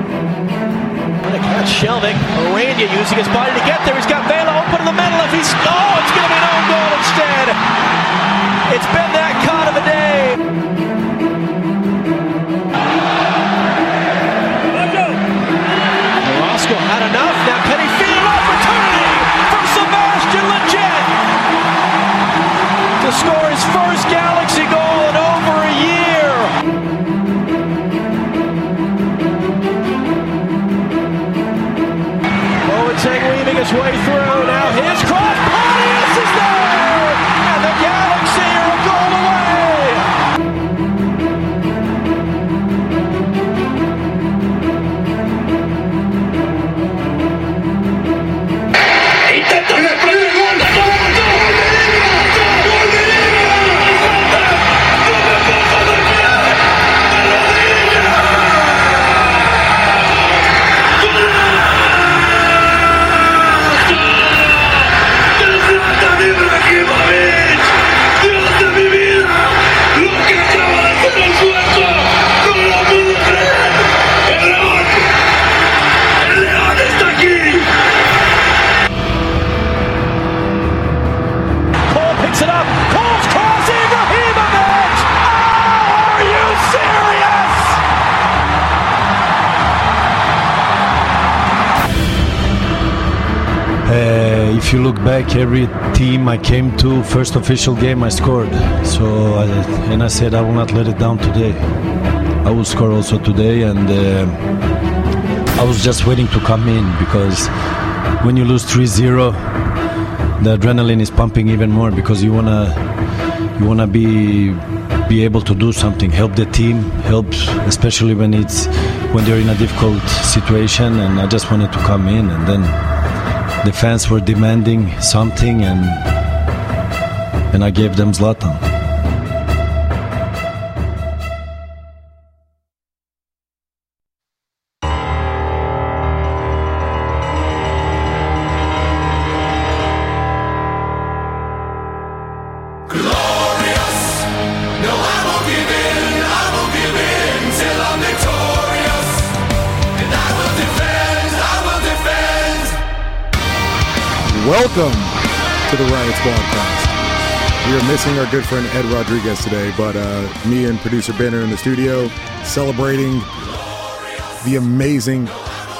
What a catch, Shelvik. Arania using his body to get there. He's got Vela open in the middle. If he's oh, it's going to be an own goal instead. It's been that kind of a day. Orozco had enough. Now can he feel an opportunity for Sebastian Legit to score his first Galaxy goal in over a year? Boateng weaving his way through. Now his cross. Pontius is there! And the Galaxy are a goal away! Intenta el primer gol. ¡Gol, gol, gol de Ibra! ¡Gol de Ibra! ¡Gol de Ibra! ¡Dios de mi vida! ¡Lo que acaba de hacer el sueco! ¡No lo puedo creer! ¡El león! ¡El león está aquí! Cole picks it up. Cole's cross, Ibrahimovic! Oh, are you serious? Uh, if you look back, every team I came to, first official game I scored. So, I, and I said I will not let it down today. I will score also today, and uh, I was just waiting to come in because when you lose 3-0, the adrenaline is pumping even more because you wanna you wanna be be able to do something, help the team, help especially when it's when they're in a difficult situation. And I just wanted to come in, and then the fans were demanding something and and I gave them Zlatan. Glorious. No, I won't give in. I won't give in till I'm victorious. And I will defend. I will defend. Welcome to the Riots Podcast. We are missing our good friend Ed Rodriguez today, but uh, me and producer Ben are in the studio celebrating the amazing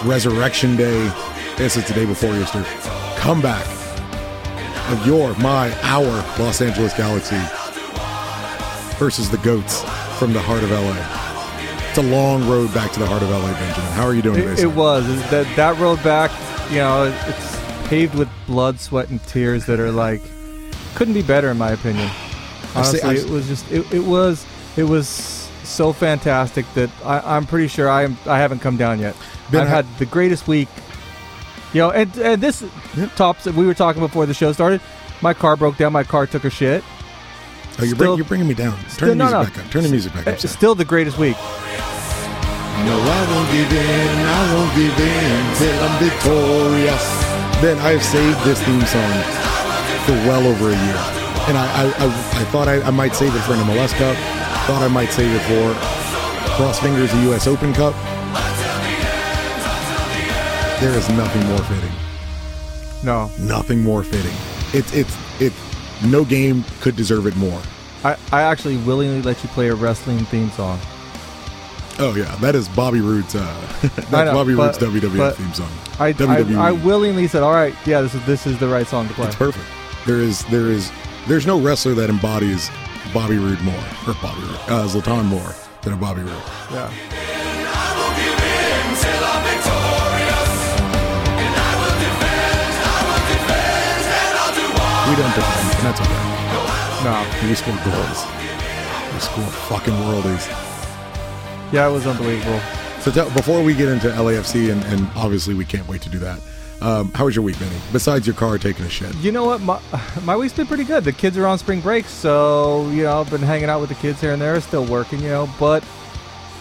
Resurrection Day. This is the day before Easter. Comeback of your, my, our Los Angeles Galaxy versus the Goats from the heart of LA. It's a long road back to the heart of LA, Benjamin. How are you doing It, today? it was It's that that road back. You know, it's paved with blood, sweat, and tears that are like couldn't be better in my opinion. I see- Honestly, I s- it was just it, it was it was so fantastic that I, I'm pretty sure I am I haven't come down yet. Ben, I've ha- had the greatest week. You know, and and this tops. We were talking before the show started. My car broke down. My car took a shit. Oh, you're, bring- still- you're bringing me down. Turn still- the no, music no. back up. Turn the music back up. It's still the greatest week. No, I won't give in. I won't give in till I'm victorious. Ben, I have saved this theme song for well over a year, and I I, I, I thought I, I might save it for an MLS Cup. Thought I might save it for cross fingers the U.S. Open Cup. There is nothing more fitting. No, Nothing more fitting. It's it's it. No game could deserve it more. I, I actually willingly let you play a wrestling theme song. Oh yeah, that is Bobby Roode's. Uh, that's I know, Bobby but- Roode's WWF but theme song. I, WWE. I, I willingly said, "All right, yeah, this is this is the right song to play." E. It's perfect. There is there is there's no wrestler that embodies Bobby Roode more or Bobby Roode, uh, Zlatan more than a Bobby Roode. Yeah. I won't give in till I'm victorious. And I will defend. I will defend. And I'll do all. We don't defend, and that's okay. No. We score goals. We score fucking worldies. Yeah, it was unbelievable. So tell, before we get into LAFC, and, and obviously we can't wait to do that. Um, how was your week, Benny? Besides your car taking a shit. You know what? My my week's been pretty good. The kids are on spring break, so you know I've been hanging out with the kids here and there, still working, you know, but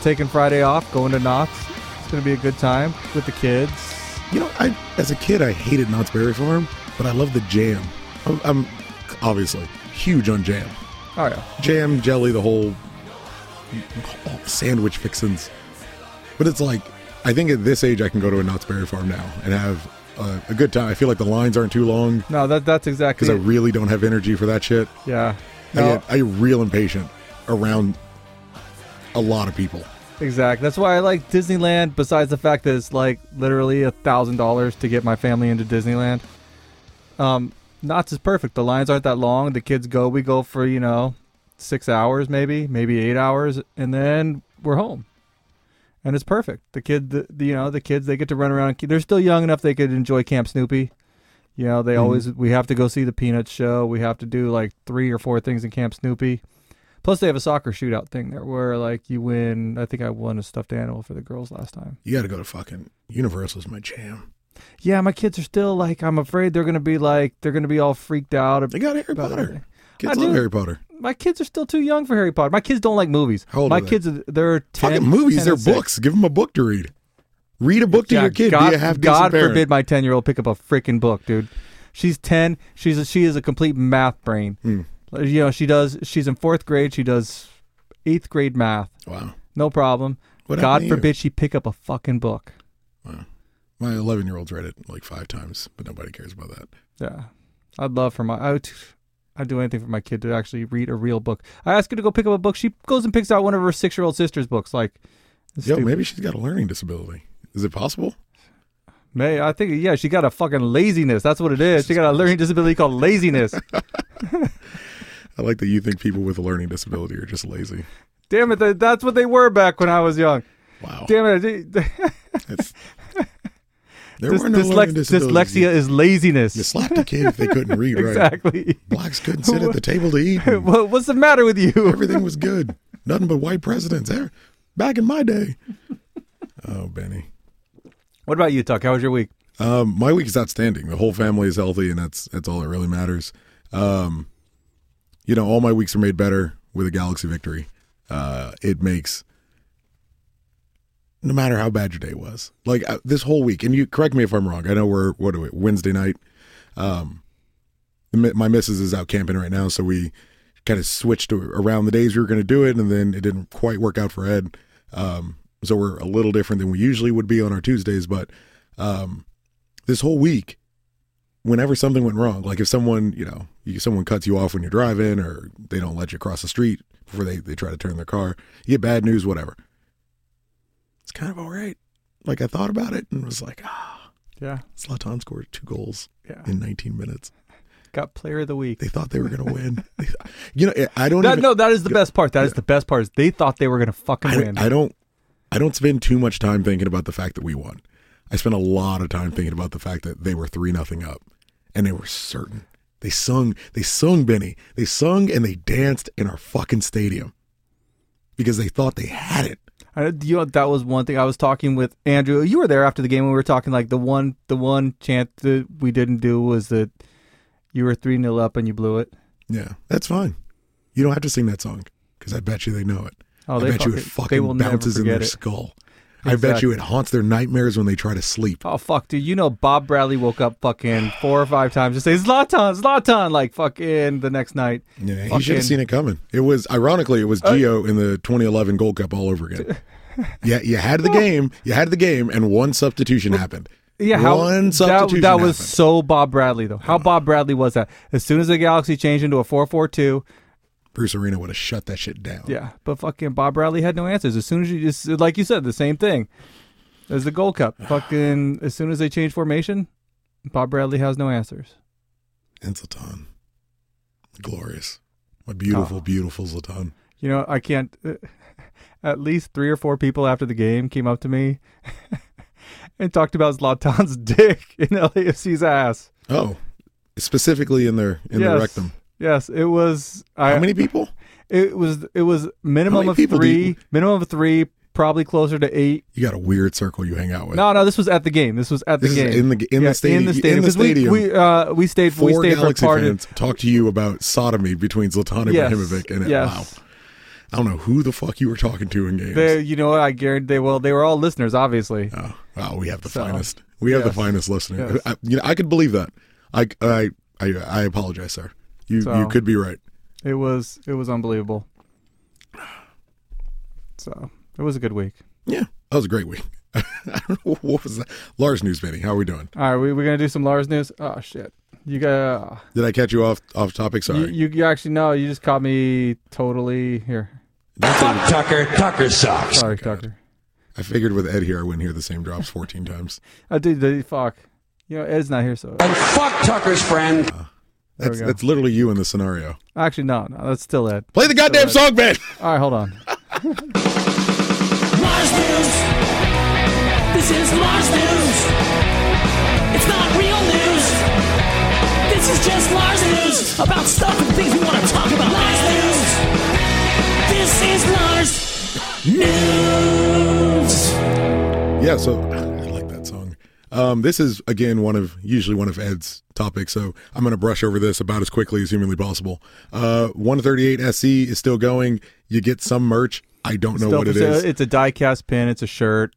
taking Friday off, going to Knott's. It's gonna be a good time with the kids. You know, I as a kid I hated Knott's Berry Farm, but I love the jam. I'm, I'm obviously huge on jam. Oh yeah. Jam, jelly, the whole sandwich fixins. But it's like, I think at this age, I can go to a Knott's Berry Farm now and have a, a good time. I feel like the lines aren't too long No, that that's because exactly. I really don't have energy for that shit. it. yeah. I, No, get, I get real impatient around a lot of people. exactly. That's why I like Disneyland. Besides the fact that it's like literally a thousand dollars to get my family into Disneyland. Um, Knott's is perfect. The lines aren't that long. The kids go. We go for you know six hours, maybe maybe eight hours, and then we're home. And it's perfect. The kid, the, the, you know, the kids they get to run around. They're still young enough they could enjoy Camp Snoopy. You know, they always we have to go see the Peanuts show. We have to do like three or four things in Camp Snoopy. Plus, they have a soccer shootout thing there where like you win. I think I won a stuffed animal for the girls last time. You got to go to fucking Universal's my jam. Yeah, my kids are still like I'm afraid they're gonna be like they're gonna be all freaked out. They got Harry About Potter. everything. Kids I love do. Harry Potter. my kids are still too young for Harry Potter. My kids don't like movies. How old my are they? kids are they're 10, fucking movies. 10 They're and six. books. Give them a book to read. Read a book to Yeah, your kid. God, Be a half God decent parent. forbid my ten year old pick up a freaking book, dude. She's ten. She's a, she is a complete math brain. Hmm. Like, You know she does. She's in fourth grade. She does eighth grade math. Wow. No problem. What happened God to you? forbid she pick up a fucking book. My 11 year old's read it like five times, but nobody cares about that. Yeah, I'd love for my. I would, I'd do anything for my kid to actually read a real book. I ask her to go pick up a book. She goes and picks out one of her six year old sister's books. Like, it's Yo, stupid. maybe she's got a learning disability. Is it possible? May I think yeah, she got a fucking laziness. That's what it is. She got a learning disability called laziness. I like that you think people with a learning disability are just lazy. Damn it, that- that's what they were back when I was young. Wow. Damn it, I- That's- there dys- were no dyslex- learning disabilities. dyslexia is laziness. You slapped a kid if they couldn't read right. exactly. Blacks couldn't sit at the table to eat. and What- What's the matter with you? Everything was good. Nothing but white presidents there back in my day. Oh, Benny. What about you, Tuck? How was your week? Um, my week is outstanding. The whole family is healthy, and that's that's all that really matters. Um, you know, all my weeks are made better with a Galaxy victory. Uh, it makes no matter how bad your day was, like uh, this whole week. And you correct me if I'm wrong. I know we're what are we, Wednesday night. Um, the mi- my missus is out camping right now, so we kind of switched to- around the days we were going to do it, and then it didn't quite work out for Ed. Um, so we're a little different than we usually would be on our Tuesdays, but um, this whole week, whenever something went wrong, like if someone, you know, you, someone cuts you off when you're driving or they don't let you cross the street before they, they try to turn their car, you get bad news, whatever. It's kind of all right. Like I thought about it and was like, ah, Yeah, Zlatan scored two goals yeah. in 19 minutes. Got player of the week. They thought they were going to win. you know, I don't That, even, no, that is the best part. That is the best part. Is they thought they were gonna fucking I, win. don't- I don't I don't spend too much time thinking about the fact that we won. I spent a lot of time thinking about the fact that they were three nothing up, and they were certain. They sung, they sung Benny, they sung and they danced in our fucking stadium because they thought they had it. I, you know, that was one thing I was talking with Andrew. You were there after the game when we were talking. Like the one, the one chant that we didn't do was that you were three 0 up and you blew it. Yeah, that's fine. You don't have to sing that song because I bet you they know it. Oh, I they bet you it fucking- fucking they will never bounces in their forget it. skull. I bet you it haunts their nightmares when they try to sleep. Oh fuck, dude! You know Bob Bradley woke up fucking four or five times to say Zlatan, Zlatan, like fucking the next night. Yeah, he Fucking- Uh, should have seen it coming. It was ironically, it was Gio in the 2011 Gold Cup all over again. yeah, you had the game, you had the game, and one substitution happened. Yeah, how one that, substitution that was happened. so Bob Bradley though. How Bob Bradley was that? As soon as the Galaxy changed into a four four two, Bruce Arena would have shut that shit down. yeah. But fucking Bob Bradley had no answers. As soon as you just like you said, the same thing as the Gold Cup. Fucking as soon as they change formation, Bob Bradley has no answers. and Zlatan, glorious, my beautiful, Oh. beautiful Zlatan. You know, I can't. at least three or four people after the game came up to me and talked about Zlatan's dick in LAFC's ass. Oh, specifically in their in their Yes. rectum. Yes, it was. I, How many people? It was. It was How minimum many of people do three. you- Minimum of three. Probably closer to eight. You got a weird circle you hang out with. No, no, this was at the game. This was at the This is game. in the- in the stadium. In the stadium. In the 'Cause we- stadium. We, uh, we stayed. we Four stayed Galaxy for part of- fans talk to you about sodomy between Zlatan Yes, Ibrahimovic and yes. wow. I don't know who the fuck you were talking to in games. They, you know what? I guarantee they. Well, they were all listeners, obviously. Oh, wow, we have the So, finest. We have yes. the finest listener. Yes. I, you know, I could believe that. I, I, I, I apologize, sir. You, So- you could be right. It was. It was unbelievable. So it was a good week. Yeah, that was a great week. I don't know what was that. Lars News Benny, how are we doing? All right, we, we're gonna do some Lars news. Oh shit, you got uh, Did I catch you off off topic? Sorry. you, you, you actually no, you just caught me totally here. Fuck Tucker. Tucker sucks. Sorry, Tucker. I figured with Ed here, I wouldn't hear the same drops 14 times. I did Uh, the fuck. You know, Ed's not here, so And fuck Tucker's friend. there we That's, go. that's literally you in the scenario. Actually, no, no, that's still Ed. Play the goddamn song, man. All right, hold on. Mars News. This is Mars News. It's not real news. This is just Mars News about stuff and things we want to talk about. Mars News. This is Mars News. Yeah, so I like that song. Um, this is again one of usually one of Ed's topics, so I'm going to brush over this about as quickly as humanly possible. Uh, 138 SC E is still going. You get some merch. I don't know what it it's is. A, uh, it's a die-cast pin. It's a shirt.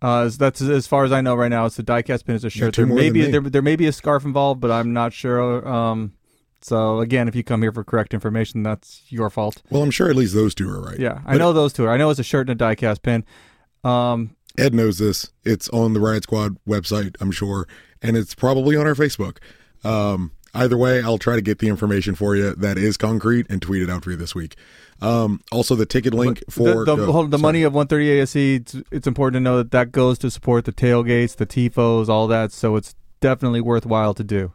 Uh, so that's as far as I know right now. It's a die-cast pin. It's a shirt. two There more may than be me. there, there may be a scarf involved, but I'm not sure. Um, so again, if you come here for correct information, that's your fault. well, I'm sure at least those two are right. Yeah, I know those two. I know it's a shirt and a die-cast pin. Um, Ed knows this. It's on the Riot Squad website, I'm sure, and it's probably on our Facebook. Um, either way, I'll try to get the information for you that is concrete and tweet it out for you this week. Um, also, the ticket link for the, the, oh, hold, the sorry. money of 138 SC, E, it's, it's important to know that that goes to support the tailgates, the tifos, all that. So it's definitely worthwhile to do.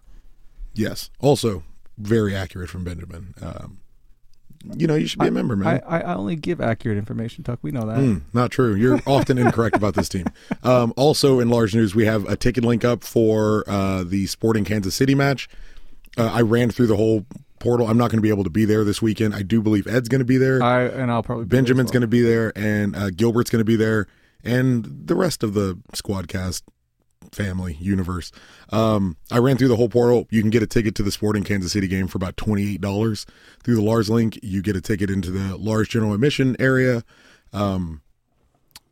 Yes. Also, very accurate from Benjamin. Um, you know, you should be a member, man. I, I I only give accurate information, Tuck. We know that. Mm, not true. You're often incorrect about this team. Um, also, in large news, we have a ticket link up for uh, the Sporting Kansas City match. Uh, I ran through the whole portal. I'm not going to be able to be there this weekend. I do believe Ed's going to be there. I and I'll probably be there as Benjamin's well. going to be there, and uh, Gilbert's going to be there, and the rest of the Squadcast family universe. Um, I ran through the whole portal. You can get a ticket to the Sporting Kansas City game for about twenty eight dollars through the Lars link. You get a ticket into the Lars general admission area. Um,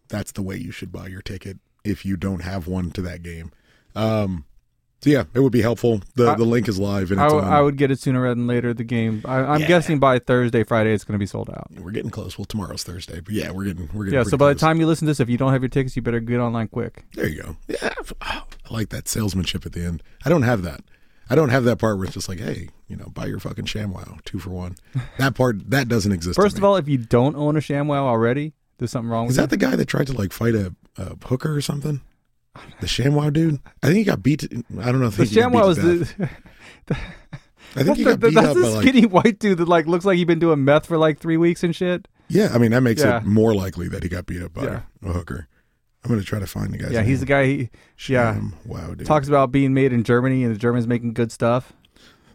that's the way you should buy your ticket if you don't have one to that game. Um, so yeah, it would be helpful. The I- the link is live and I it's w- on. I would get it sooner rather than later. The game, I, I'm guessing by Thursday, Friday, it's going to be sold out. we're getting close. Well, tomorrow's Thursday, but yeah, we're getting we're getting Yeah. pretty So by the close. time you listen to this, if you don't have your tickets, you better get online quick. There you go. Yeah, f- oh, I like that salesmanship at the end. I don't have that. I don't have that part where it's just like, hey, you know, buy your fucking ShamWow, two for one. That part that doesn't exist. to First of me. all, if you don't own a ShamWow already, there's something wrong is with that the guy that tried to like fight a, a hooker or something? The ShamWow dude. I think he got beat. To, I don't know. If The he got beat ShamWow to is death. the, I think he got beat that's up by the like. skinny white dude that like looks like he's been doing meth for like three weeks and shit. Yeah, I mean that makes Yeah. it more likely that he got beat up by Yeah. a hooker. I'm gonna try to find the guy. Yeah, he's the guy. He yeah Wow, dude. talks about being made in Germany and the Germans making good stuff.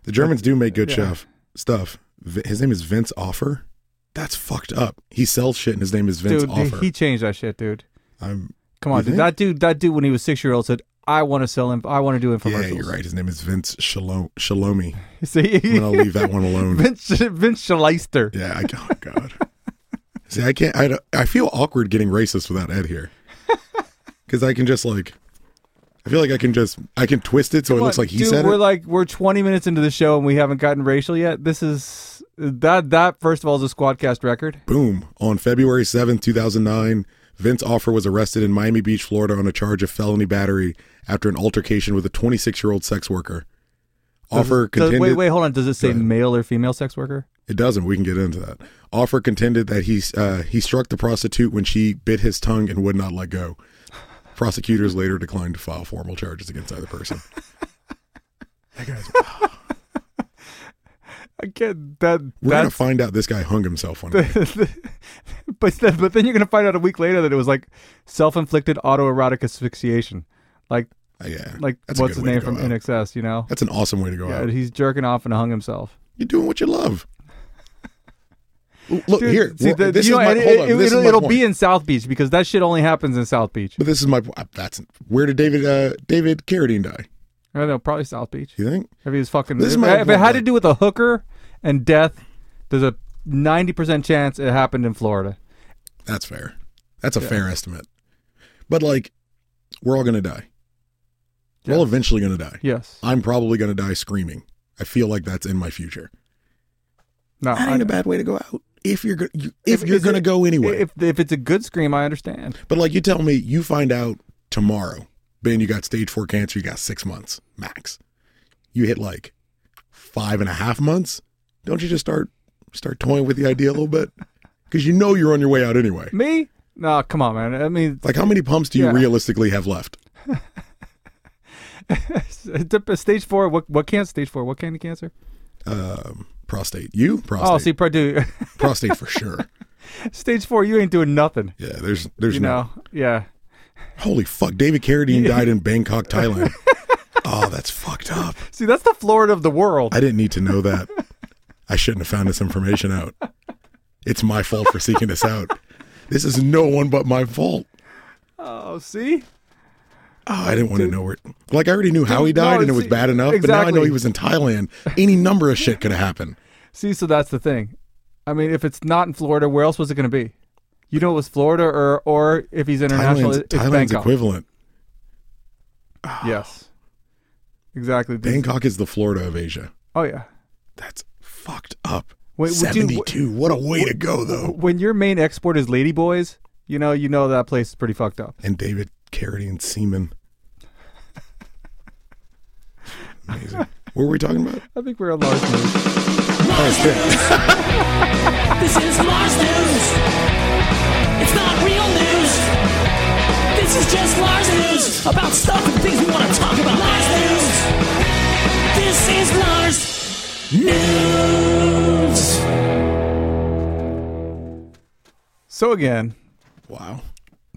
The Germans do make good Yeah. chef stuff. V- His name is Vince Offer. That's fucked up. He sells shit, and his name is Vince dude, Offer. he changed that shit, dude. I'm, Come on, You dude. think? That dude, that dude, when he was six year old, said, "I want to sell him. I want to do yeah, infomercials." you're right. His name is Vince Shalom Shalomi. See, I'm gonna leave that one alone. Vince Vince Schleister. Yeah. I, oh God. See, I can't. I, don't- I feel awkward getting racist without Ed here, because I can just like. I feel like I can just I can twist it so it looks like he Dude, said we're it. like we're 20 minutes into the show and we haven't gotten racial yet. This is that that first of all is a squadcast record. Boom. On February 7th, 2009, Vince Offer was arrested in Miami Beach, Florida on a charge of felony battery after an altercation with a 26 year old sex worker. Offer Does, contended. wait, wait, hold on. Does it say male or female sex worker? It doesn't. We can get into that. Offer contended that he, uh, he struck the prostitute when she bit his tongue and would not let go. Prosecutors later declined to file formal charges against either person. I get that. We're going to That's, find out this guy hung himself one day. but then, but then you're gonna find out a week later that it was like self inflicted autoerotic asphyxiation, like yeah. like That's a what's good his way to name go from out. NXS, you know? That's an awesome way to go Yeah, out. he's jerking off and hung himself. You're doing what you love. Look Dude, here. see, well, the- this you is know, my, and hold it, on, it- this is it'll, my it'll point. be in South Beach because that shit only happens in South Beach. But this is my. uh, That's where did David uh, David Carradine die? I don't know, probably South Beach. You think? If he was fucking, This is if, my if it point, had to like- do with a hooker and death, there's a ninety percent chance it happened in Florida. That's fair. That's a fair estimate. But like, we're all gonna die. We're all Yes. eventually gonna die. Yes. I'm probably gonna die screaming. I feel like that's in my future. No. That I, ain't a bad way to go out. if you're go- you, if, you're is going to it- go anyway. If if it's a good scream, I understand. but like you tell me, you find out tomorrow, Ben, you got stage four cancer. You got six months max. You hit like five and a half months. Don't you just start start toying with the idea a little bit because you know you're on your way out anyway. Me? No, come on, man. I mean, Like how many pumps do you Yeah. realistically have left? it dep- stage four. What what can stage four? What kind of cancer? Um, prostate. You prostate. Oh, see, probably prostate for sure. stage four. You ain't doing nothing. Yeah, there's there's You no know? Yeah. Holy fuck, David Carradine died in Bangkok, Thailand. oh, that's fucked up. See, that's the Florida of the world. I didn't need to know that. I shouldn't have found this information out. It's my fault for seeking this out. This is no one but my fault. Oh, see. Oh, I didn't want to know where. Like I already knew how he Dude, no, died, and it was see- bad enough. But now I know exactly. he was in Thailand. Any number of shit could have happened. See, so that's the thing. I mean, if it's not in Florida, where else was it going to be? You know, it was Florida, or or if he's international, Thailand's, it's Thailand's Bangkok. equivalent. Yes, exactly. These- Bangkok is the Florida of Asia. Oh yeah. That's fucked up. Wait, would you- Seventy-two. what a way to go, though. When your main export is ladyboys, you know, you know that place is pretty fucked up. and David Carradine Seaman. Amazing. what were we talking about? I think we're on large news. Oh shit! This is Mars News. It's not real news. This is just Lars News about stuff and things we want to talk about. Lars News. This is Lars News. So again, Wow.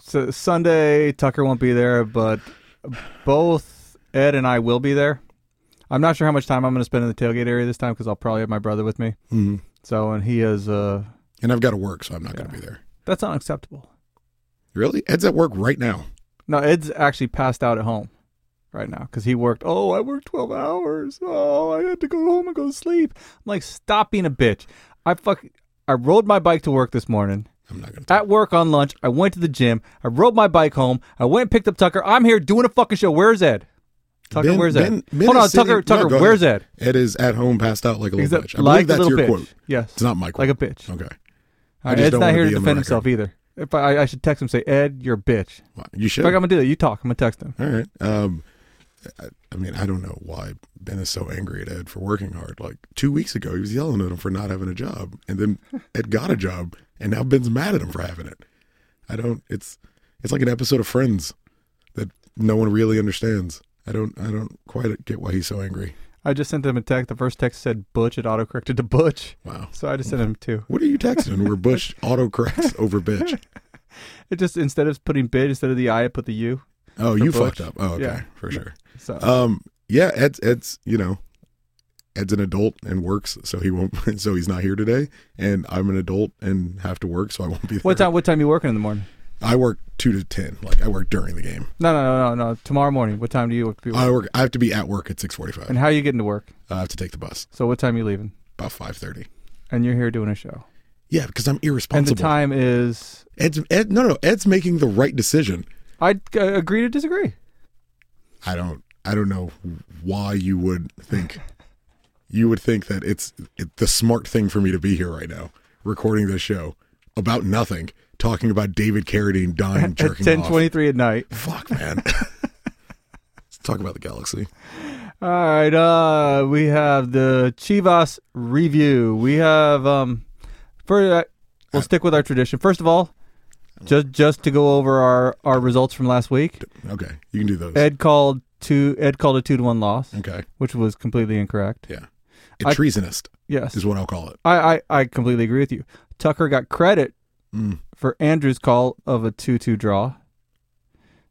so Sunday Tucker won't be there, but both Ed and I will be there. I'm not sure how much time I'm going to spend in the tailgate area this time because I'll probably have my brother with me. Mm-hmm. So, and he is uh, And I've got to work, so I'm not going to be there. that's unacceptable. Really? Ed's at work right now. No, Ed's actually passed out at home right now because he worked. Oh, I worked 12 hours. Oh, I had to go home and go to sleep. I'm like, stop being a bitch. I fuck. I rode my bike to work this morning. I'm not going to. At work on lunch, I went to the gym. I rode my bike home. I went and picked up Tucker. I'm here doing a fucking show. Where's Ed? Tucker, where's Ed? Hold on, Tucker. Tucker, where's Ed? Ed is at home, passed out like a little He's a- bitch. I like believe a that's little your bitch. quote. Yes. It's not my quote. Like a bitch. Okay. All right, just Ed's don't not wanna here to be on the defend record. himself either. If I, I should text him, say, Ed, you're a bitch. In Wow. You should. fact, I'm gonna do that. You talk. I'm gonna text him. All right. Um, I, I mean, I don't know why Ben is so angry at Ed for working hard. Like two weeks ago, he was yelling at him for not having a job, and then Ed got a job, and now Ben's mad at him for having it. I don't. It's it's like an episode of Friends that no one really understands. I don't. I don't quite get why he's so angry. I just sent him a text. The first text said Butch. It autocorrected to Butch. Wow. So I just sent him two. What are you texting? Where Bush autocorrects over bitch. It just instead of putting bid instead of the I, I put the U. Oh, you Butch. fucked up. Oh, okay, Yeah. for sure. So Um, yeah, Ed's Ed's you know, Ed's an adult and works, so he won't. So he's not here today, and I'm an adult and have to work, so I won't be there. what time? What time you working in the morning? I work two to ten. Like I work during the game. No, no, no, no, no. Tomorrow morning. What time do you have to be? I work. I have to be at work at six forty-five. and how are you getting to work? I have to take the bus So what time you leaving? about five thirty. And you're here doing a show. Yeah, because I'm And irresponsible. the time is. Ed's Ed. No, no. Ed's making the right decision. I uh, agree to disagree. I don't. I don't know why you would think. you would think that it's it, the smart thing for me to be here right now, recording this show about nothing, talking about David Carradine dying, At jerking ten off. twenty-three at night. Fuck, man. Let's talk about the galaxy. All right. Uh, we have the Chivas review. We have um, for uh, we'll stick with our tradition. First of all, just just to go over our our results from last week. Okay, you can do those. Ed called two. Ed called a two to one loss, okay, which was completely incorrect. yeah. A treasonist Yes, is what I'll call it. I, I I completely agree with you. Tucker got credit Mm. for Andrew's call of a two-two draw.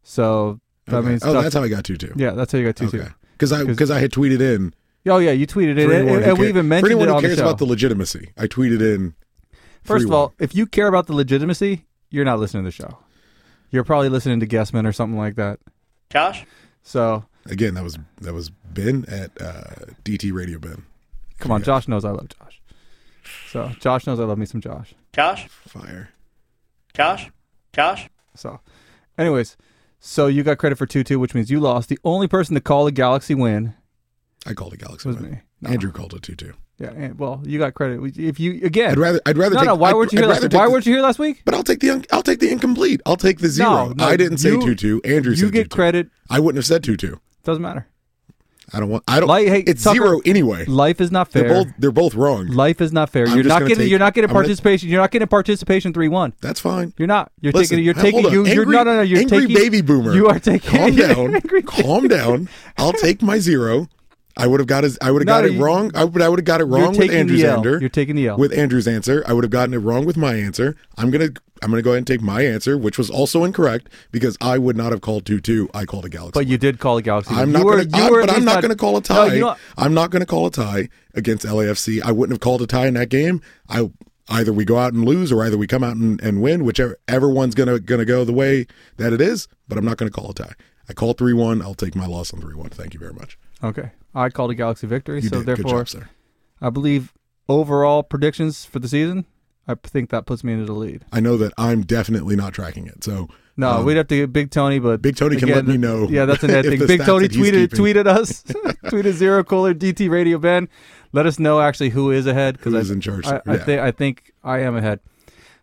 So that Okay. means oh, Tuck- that's how I got two two. yeah, that's how you got two-two. Okay, because I 'Cause- because I had tweeted in. Oh yeah, you tweeted it, for and, anyone and- who and we ca- even for mentioned anyone it who on cares the show. about the legitimacy. I tweeted in. First of 3-1. all, if you care about the legitimacy, you're not listening to the show. You're probably listening to Guessman or something like that. Josh? So Again, that was that was Ben at uh, DT Radio Ben. come on, Josh knows I love Josh. So Josh knows I love me some Josh. Josh? Fire. Josh? Josh? So, anyways, so you got credit for 2 2, which means you lost. The only person to call the Galaxy win I called it Galaxy. was Man. me. Andrew called it too too. Yeah. And, well, you got credit. We- If you again, I'd rather I'd rather no, take no. Why I'd- weren't you I'd here? rather Last, take why the- weren't you here last week? But I'll take the un- I'll take the incomplete. I'll take the zero. no, I didn't say you- two two. Andrew said You get two-two. credit. I wouldn't have said two two. Doesn't matter. I don't want. I don't. Like, hey, it's Tucker, zero anyway. Life is not fair. They're both they're both wrong. Life is not fair. I'm you're just not gonna getting. take- you're not getting I'm gonna- participation. You're not getting participation three one. That's fine. You're not. You're Listen, taking. You're hold taking. on. You, you're Angry- no, no, no. You're angry taking. baby boomer. You are taking. Calm you're down. angry- calm down. I'll take my zero. I would have got his, I would have No, got no, it you- wrong. I would I would have got it You're wrong with taking Andrew's the L. answer. You're taking the L. with Andrew's answer. I would have gotten it wrong with my answer. I'm gonna I'm gonna go ahead and take my answer, which was also incorrect because I would not have called two two. I called a galaxy. But you did call a galaxy. I'm You not were- going to, you were at but I'm least not going to call a tie. No, you know what? I'm not going to call a tie against LAFC. I wouldn't have called a tie in that game. I either we go out and lose, or either we come out and, and win. Whichever everyone's going to going to go the way that it is. But I'm not going to call a tie. I call three one. I'll take my loss on three one. Thank you very much. Okay. I called a galaxy victory. You so did good therefore, job, sir. I believe overall predictions for the season, I think that puts me into the lead. I know that I'm definitely not tracking it. So No, um, we'd have to get Big Tony, but Big Tony can let me know Yeah, that's an ad if thing. the Big stats Tony that he's tweeted keeping. tweeted us, tweeted Zero Cooler DT Radio Ben. Let us know actually who is ahead because Who I, is in charge? I, I, Yeah. thi- I think I am ahead.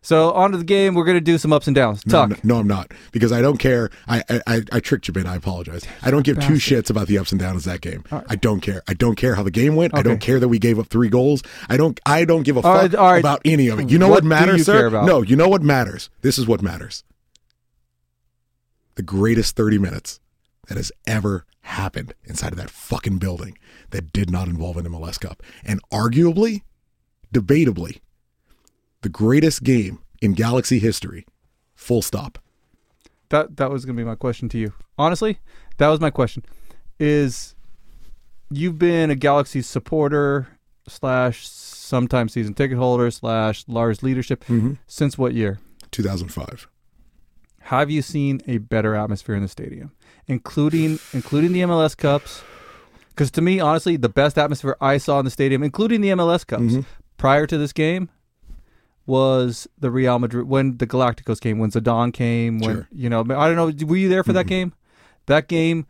So on to the game. We're gonna do some ups and downs. No, Tuck. I'm- no, I'm not because I don't care. I I, I, I tricked you, Ben. I apologize. I don't give two shits about the ups and downs of that game. I don't care. I don't care how the game went. I don't Okay. care that we gave up three goals. I don't. I don't give a All fuck right, all right. about any of it. You know What what, do matters, you sir? care about? No, you know what matters. This is what matters. The greatest thirty minutes that has ever happened inside of that fucking building that did not involve an MLS Cup, and arguably, debatably, the greatest game in Galaxy history. Full stop. That that was gonna be my question to you. Honestly, that was my question. Is you've been a Galaxy supporter slash sometimes season ticket holder slash Lars leadership Mm-hmm. since what year? 2005. Have you seen a better atmosphere in the stadium, including including the MLS Cups? Because to me, honestly, the best atmosphere I saw in the stadium, including the MLS Cups, prior to this game, was the Real Madrid when the Galacticos came, when Zidane came, when Sure. you know, I don't know, were you there for that game? That game,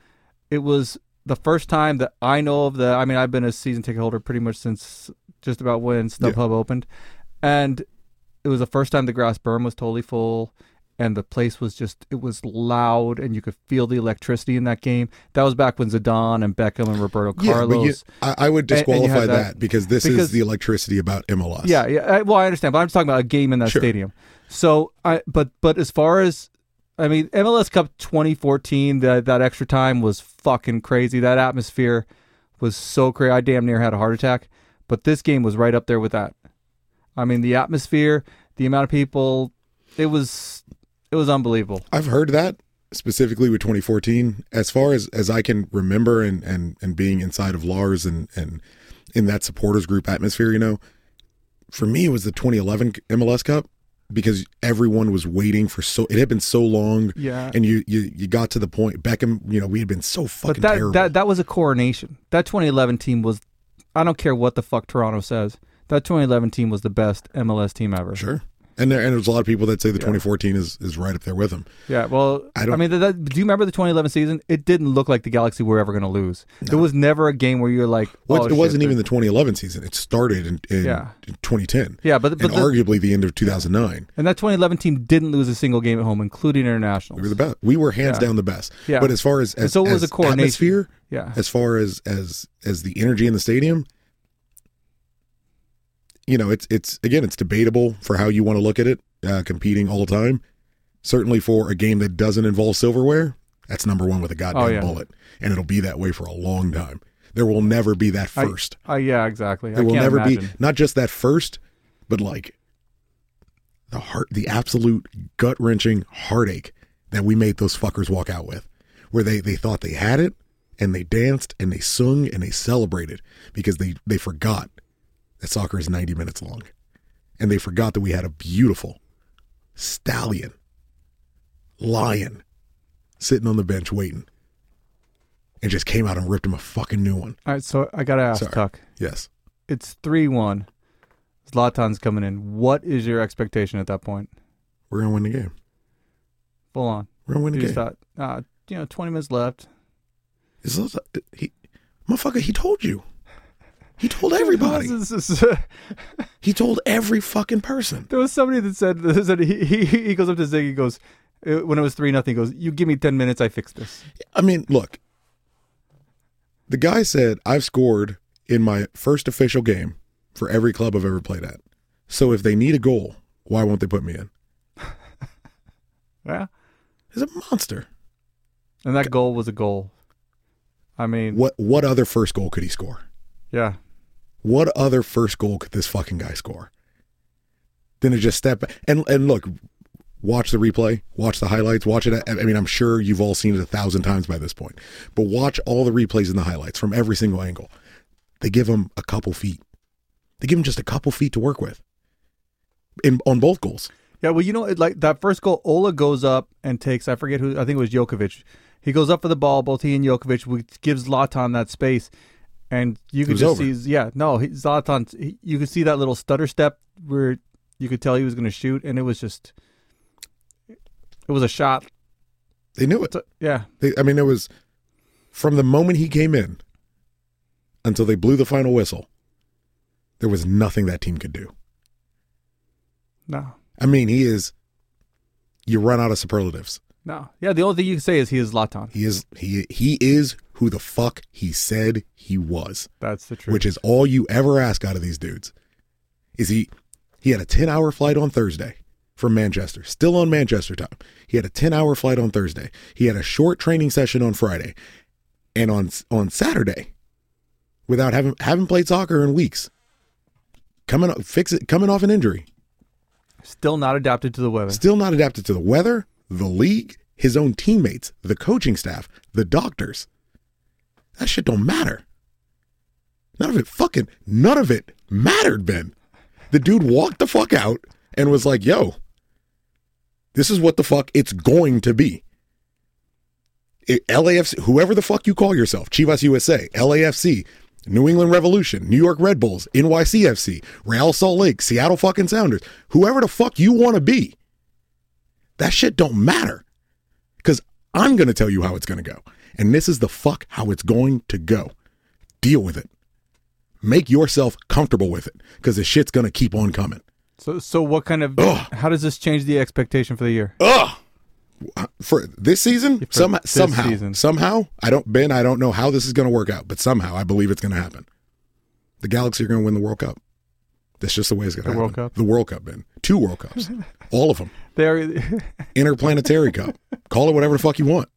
it was the first time that I know of that. I mean, I've been a season ticket holder pretty much since just about when StubHub opened, and it was the first time the grass berm was totally full and the place was just it was loud and you could feel the electricity in that game that was back when zidane and beckham and roberto carlos I, I would and- and you disqualify had that, that- because this is because- the electricity about MLS. yeah yeah I, well i understand but i'm just talking about a game in that Sure. stadium so i but but as far as i mean mls cup 2014 that that extra time was fucking crazy that atmosphere was so crazy i damn near had a heart attack but this game was right up there with that i mean the atmosphere the amount of people it was it was unbelievable I've heard that specifically with 2014. As far as, as I can remember and, and, and being inside of Lars and, and in that supporters group atmosphere, you know, for me, it was the 2011 MLS Cup because everyone was waiting for so, it had been so long. Yeah. And you, you, you got to the point, Beckham, you know, we had been so fucking but that, terrible. that that was a coronation. That 2011 team was, I don't care what the fuck Toronto says. That 2011 team was the best MLS team ever. sure. And there, and there's a lot of people that say the 2014 is, is right up there with them. Yeah. Well, I I, don't- mean, that, that, do you remember the 2011 season? It didn't look like the Galaxy were ever going to lose. There was never a game where you're like, Well, oh, it wasn't shit, even the 2011 season. It started in, in Yeah. 2010. Yeah, but- and but the- arguably the end of 2009. And that 2011 team didn't lose a single game at home, including internationals. We were the best. We were hands Yeah. down the best. Yeah. But as far as, as so it was as a coronation. atmosphere, Yeah. as far as as as the energy in the stadium, you know, it's it's again, it's debatable for how you want to look at it. Uh, competing all time, certainly for a game that doesn't involve silverware, that's number one with a goddamn Oh, yeah. bullet, and it'll be that way for a long time. There will never be that I- first. I, yeah, exactly. There I will can't never imagine. be not just that first, but like the heart, the absolute gut wrenching heartache that we made those fuckers walk out with, where they they thought they had it and they danced and they sung and they celebrated because they they forgot that soccer is ninety minutes long, and they forgot that we had a beautiful stallion lion sitting on the bench waiting, and just came out and ripped him a fucking new one. All right. So I got to ask Sorry. Tuck. Yes. It's 3 1. Zlatan's coming in. What is your expectation at that point? We're gonna win the game. Full on. We're gonna win the You game. just thought, uh, you know, 20 minutes left. Is Zlatan, he, Motherfucker, he told you. He told everybody. This is- this is- He told every fucking person. there was somebody that said, that said he, he, he goes up to Ziggy, goes, uh, when it was 3 nothing, he goes, You give me 10 minutes, I fix this. I mean, look. The guy said, I've scored in my first official game for every club I've ever played at. So if they need a goal, why won't they put me in? Yeah. He's a monster. And that goal was a goal. I mean, What what other first goal could he score? yeah. What other first goal could this fucking guy score? Then to just step and and look, watch the replay, watch the highlights, watch it. I I mean, I'm sure you've all seen it a thousand times by this point, but watch all the replays and the highlights from every single angle. They give him a couple feet. They give him just a couple feet to work with. In on both goals, Yeah, well, you know, it, like that first goal, Ola goes up and takes, I forget who, I think it was Jokovic. He goes up for the ball, both he and Jokovic, which gives Zlatan that space. And you could was just over. see, yeah, no, he, Zlatan, he, you could see that little stutter step where you could tell he was going to shoot. And it was just, it was a shot. they knew it. So, yeah. They, I mean, it was from the moment he came in until they blew the final whistle. There was nothing that team could do. No, I mean, he is. You run out of superlatives. no. Yeah, the only thing you can say is he is Zlatan. He is he he is who the fuck he said he was, That's the truth. which is all you ever ask out of these dudes. Is he? He had a ten-hour flight on Thursday from Manchester, still on Manchester time. He had a ten-hour flight on Thursday. He had a short training session on Friday, and on on Saturday, without having having played soccer in weeks, coming o- fix it coming off an injury. Still not adapted to the weather. Still not adapted to the weather, the league, his own teammates, the coaching staff, the doctors. That shit don't matter. None of it fucking, none of it mattered, Ben. The dude walked the fuck out and was like, yo, this is what the fuck it's going to be. It, LAFC, whoever the fuck you call yourself, Chivas USA, LAFC, New England Revolution, New York Red Bulls, NYCFC, Real Salt Lake, Seattle fucking Sounders, whoever the fuck you want to be, that shit don't matter. Because I'm going to tell you how it's going to go. And this is the fuck how it's going to go. Deal with it. Make yourself comfortable with it because the shit's going to keep on coming. so, so what kind of, Ugh. how does this change the expectation for the year? Ugh. For this season, some, this somehow, season. somehow, I don't, Ben, I don't know how this is going to work out, but somehow I believe it's going to happen. The Galaxy are going to win the World Cup. That's just the way it's going to The happen. World Cup? The World Cup, Ben. Two World Cups. All of them. There, Interplanetary Cup. Call it whatever the fuck you want.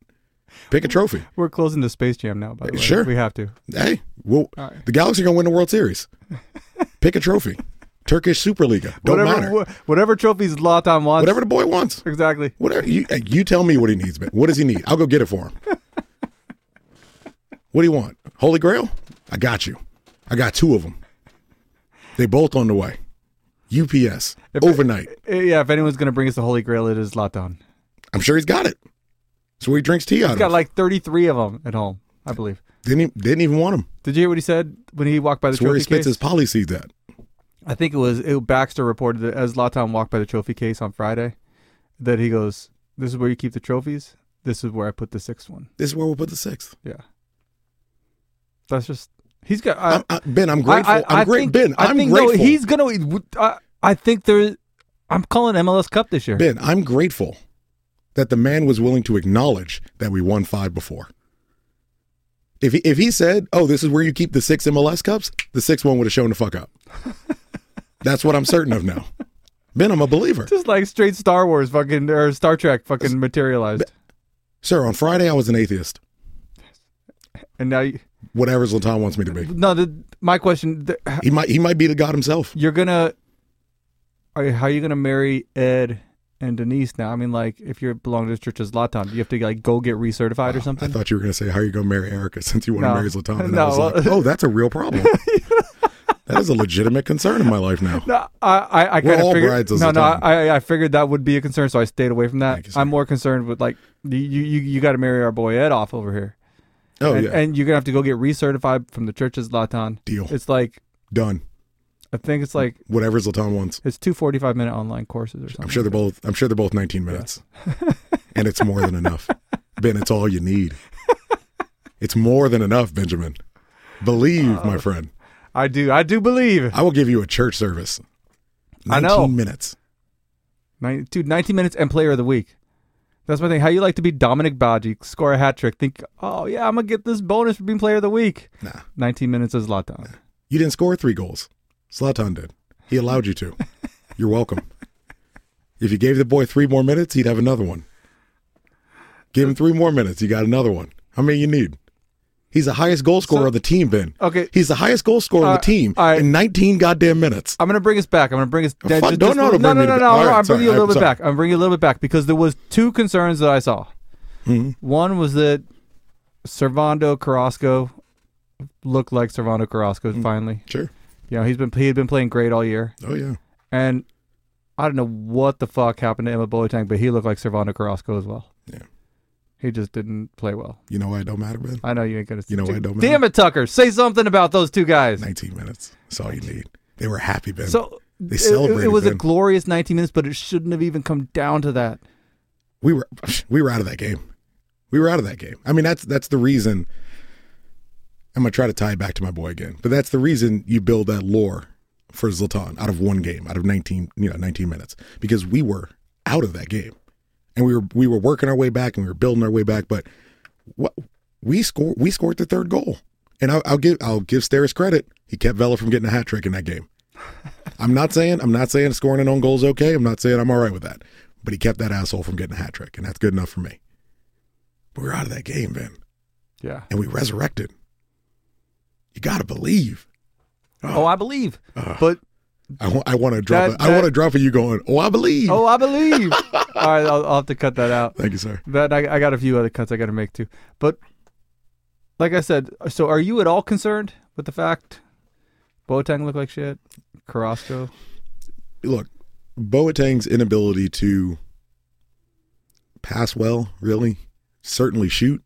Pick a trophy. We're closing the Space Jam now, by the way. Sure. We have to. Hey, well, the Galaxy are going to win the World Series. Pick a trophy. Turkish Superliga. Don't whatever, matter. wh- whatever trophies Latan wants. whatever the boy wants. Exactly. Whatever you hey, you tell me what he needs, man. What does he need? I'll go get it for him. What do you want? Holy Grail? I got you. I got two of them. They both on the way. UPS overnight. Uh, Yeah, if anyone's going to bring us the Holy Grail, it is Latan. I'm sure he's got it. So he drinks tea out He's of. got it. like 33 of them at home, I believe. didn't e- didn't even want him. Did you hear what he said when he walked by the That's where trophy he spits case? his poly seeds at. I think it was it, Baxter reported that as Latan walked by the trophy case on Friday, that he goes, This is where you keep the trophies. This is where I put the sixth one. This is where we'll put the sixth. Yeah. That's just. He's got. I, I'm, I, ben, I'm grateful. I, am I great. think- ben, I I'm think, grateful. No, he's gonna. I, I think there. I'm calling MLS Cup this year. Ben, I'm grateful that the man was willing to acknowledge that we won five before. If he, if he said, "Oh, this is where you keep the six MLS cups," the sixth one would have shown the fuck up. That's what I'm certain of now. Ben, I'm a believer. Just like straight Star Wars fucking or Star Trek fucking materialized. Sir, on Friday I was an atheist. And now, you, Whatever Zlatan wants me to be, no. The, my question: the, he might he might be the god himself. You're gonna, are you, how are you gonna marry Ed and Denise now? I mean, like, if you belong to the church as Latam, do you have to like go get recertified or I something? thought you were going to say, "How are you going to marry Erica since you want No. to marry Zlatan?" And I No, was well- like, "Oh, that's a real problem. that is a legitimate concern in my life now." no, I, I, I We're kind of all figured. brides as No, a no, Latam. I, I- I figured that would be a concern, so I stayed away from that. Thank you, sir. I'm more concerned with like, you, you, you got to marry our boy Ed off over here, Oh and, yeah, and you're gonna have to go get recertified from the church as Latam. Deal. It's like done. I think it's like Whatever Zlatan wants. It's two 45 minute online courses or something. I'm sure they're both. I'm sure they're both 19 minutes, and it's more than enough. Ben, it's all you need. It's more than enough, Benjamin. Believe, Uh, my friend. I do. I do believe. I will give you a church service. 19 I know. minutes. Nin- dude, 19 minutes and player of the week. That's my thing. How you like to be Dominic Baji, score a hat trick, think, oh, yeah, I'm going to get this bonus for being player of the week. Nah. 19 minutes is Latan. You didn't score three goals. Zlatan did. He allowed you to. You're welcome. if you gave the boy three more minutes, he'd have another one. Give him three more minutes. You got another one. How many you need? He's the highest goal scorer of the team, Ben. Okay. He's the highest goal scorer Uh, of the team all right. in 19 goddamn minutes. I'm gonna bring us back. I'm gonna bring us. Oh, fuck, don't- no, no, don't no, bring no, me no, to- no. all right, I'm sorry, bringing you a little I'm bit sorry. back. I'm bringing you a little bit back because there was two concerns that I saw. Mm-hmm. One was that Servando Carrasco looked like Servando Carrasco Mm. finally. Sure. You know, he's been he had been playing great all year, Oh, yeah. and I don't know what the fuck happened to Emma Boateng, but he looked like Servando Carrasco as well. Yeah. He just didn't play well. You know why it don't matter, Ben? I know you ain't gonna. You know why it don't matter? Damn it, Tucker! Say something about those two guys. 19 minutes. That's all you need. They were happy, Ben. So They it- It, celebrated was a then. glorious 19 minutes, but it shouldn't have even come down to that. we were we were out of that game. We were out of that game. I mean, that's that's the reason. I'm gonna try to tie it back to my boy again, but that's the reason you build that lore for Zlatan out of one game, out of 19, you know, 19 minutes, because we were out of that game, and we were we were working our way back and we were building our way back, but what we scored we scored the third goal, and I'll, I'll give I'll give Steris credit. He kept Vela from getting a hat trick in that game. I'm not saying I'm not saying scoring an own goal is okay. I'm not saying I'm all right with that. But he kept that asshole from getting a hat trick, and that's good enough for me. But we were out of that game, man, Yeah. and we resurrected. You gotta believe. Oh, I believe. but I want. I want to drop. That- a, I want that- to drop a you going. Oh, I believe. oh, I believe. All right, I'll, I'll have to cut that out. Thank you, sir. That I, I got a few other cuts I got to make too. But like I said, so are you at all concerned with the fact Boateng looked like shit? Carrasco. Look, Boateng's inability to pass well, really, certainly shoot.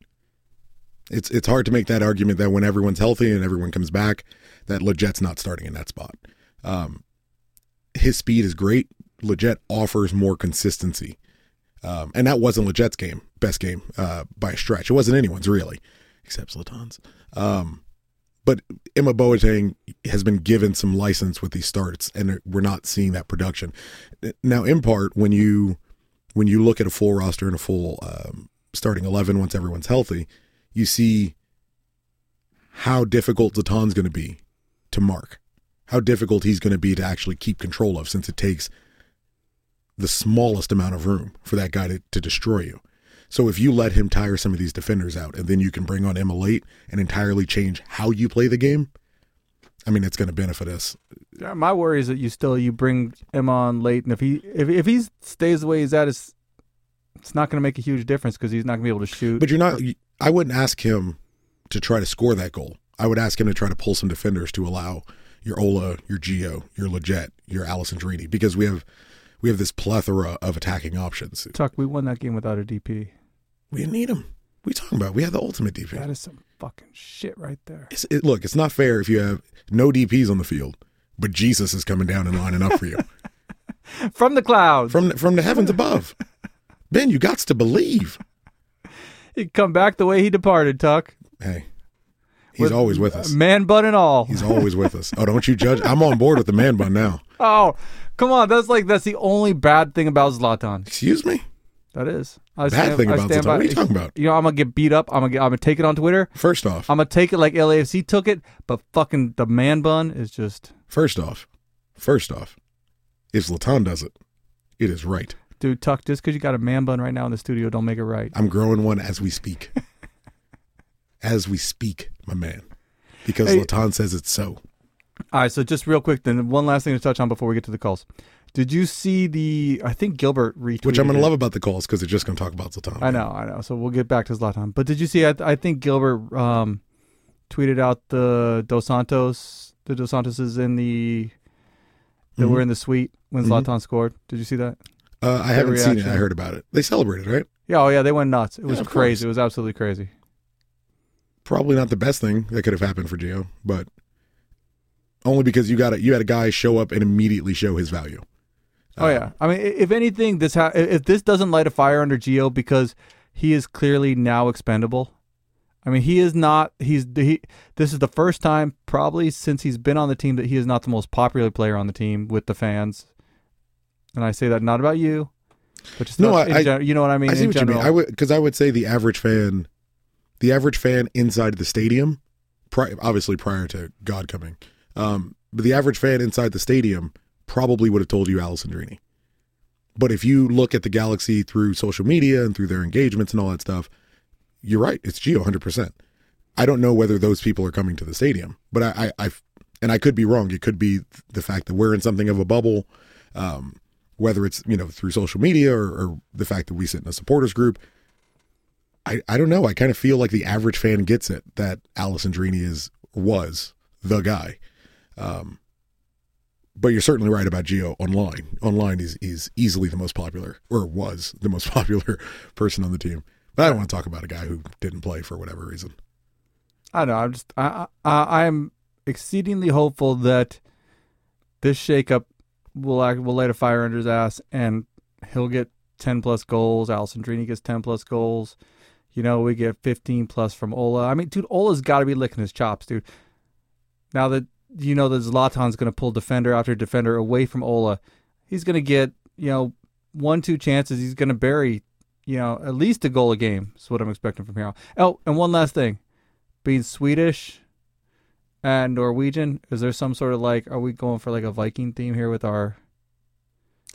It's it's hard to make that argument that when everyone's healthy and everyone comes back, that Leggett's not starting in that spot. Um, his speed is great. Leggett offers more consistency, um, and that wasn't Leggett's game, best game uh, by a stretch. It wasn't anyone's really, except Zlatan's. Um, but Emma Boateng has been given some license with these starts, and we're not seeing that production now. In part, when you when you look at a full roster and a full um, starting eleven, once everyone's healthy, you see how difficult Zatan's going to be to mark, how difficult he's going to be to actually keep control of, since it takes the smallest amount of room for that guy to, to destroy you. So if you let him tire some of these defenders out, and then you can bring on Emma late and entirely change how you play the game, I mean, it's going to benefit us. Yeah, my worry is that you still you bring him on late, and if he if if he stays the way he's at, it's it's not going to make a huge difference because he's not going to be able to shoot. But you're not. you- I wouldn't ask him to try to score that goal. I would ask him to try to pull some defenders to allow your Ola, your Geo, your Leggett, your Allison Drini, because we have we have this plethora of attacking options. Tuck, we won that game without a DP. We didn't need him. What are you talking about? We had the ultimate defense. That is some fucking shit right there. It's, it, look, it's not fair if you have no DPs on the field, but Jesus is coming down and lining up for you From the clouds. from the- from the heavens above. Ben, you got to believe. He'd come back the way he departed, Tuck. Hey, he's always with us. Man bun and all. He's always with us. Oh, don't you judge? I'm on board with the man bun now. Oh, come on. That's like that's the only bad thing about Zlatan. Excuse me. That is. I Bad thing about Zlatan? What are you talking about? You know, I'm gonna get beat up. I'm gonna get, I'm gonna take it on Twitter. First off, I'm gonna take it like LAFC took it, but fucking the man bun is just first off, first off, if Latan does it, it is right. dude Tuck. Just because you got a man bun right now in the studio, don't make it right. I'm growing one as we speak. as we speak, my man. Because Hey. Latan says it's so. All right, so just real quick, then one last thing to touch on before we get to the calls. Did you see the? I think Gilbert retweeted, Which I'm going it. to love about the calls because they're just going to talk about Zlatan. I know, I know. So we'll get back to Zlatan. But did you see? I, I think Gilbert um, tweeted out the Dos Santos. The Dos Santos is in the. That Mm-hmm. were in the suite when Zlatan scored. Did you see that? Uh, I haven't seen it. reaction. I heard about it. They celebrated, right? Yeah, oh yeah, they went nuts. It was of crazy. course. It was absolutely crazy. Probably not the best thing that could have happened for Gio, but only because you got a, you had a guy show up and immediately show his value. oh Um, yeah. I mean, i- if anything, this ha- if this doesn't light a fire under Gio because he is clearly now expendable. I mean, he is not. He's he. This is the first time, probably since he's been on the team, that he is not the most popular player on the team with the fans. And I say that not about you, but just No, about- I- in I- gen- you know what I mean. I see in what general. you mean. I would because I would say the average fan, the average fan inside the stadium, pri- obviously prior to God coming, um, but the average fan inside the stadium probably would have told you Allison Drini. But if you look at the Galaxy through social media and through their engagements and all that stuff, you're right. It's Geo 100. percent I don't know whether those people are coming to the stadium, but I, I, I and I could be wrong. It could be the fact that we're in something of a bubble, um, whether it's you know through social media or, or the fact that we sit in a supporters group. I, I don't know. I kind of feel like the average fan gets it that Allison Drini is was the guy, um, but you're certainly right about Geo online. Online is is easily the most popular or was the most popular person on the team. But I don't want to talk about a guy who didn't play for whatever reason. I don't know. I'm just I, I I'm exceedingly hopeful that this shakeup will act, will light a fire under his ass, and he'll get ten plus goals. Allison Drini gets ten plus goals. You know, we get fifteen plus from Ola. I mean, dude, Ola's got to be licking his chops, dude. Now that you know that Zlatan's going to pull defender after defender away from Ola, he's going to get you know one two chances. He's going to bury you know at least a goal a game. Is what I'm expecting from here. on. Oh, and one last thing being Swedish and Norwegian, is there some sort of like, are we going for like a Viking theme here with our?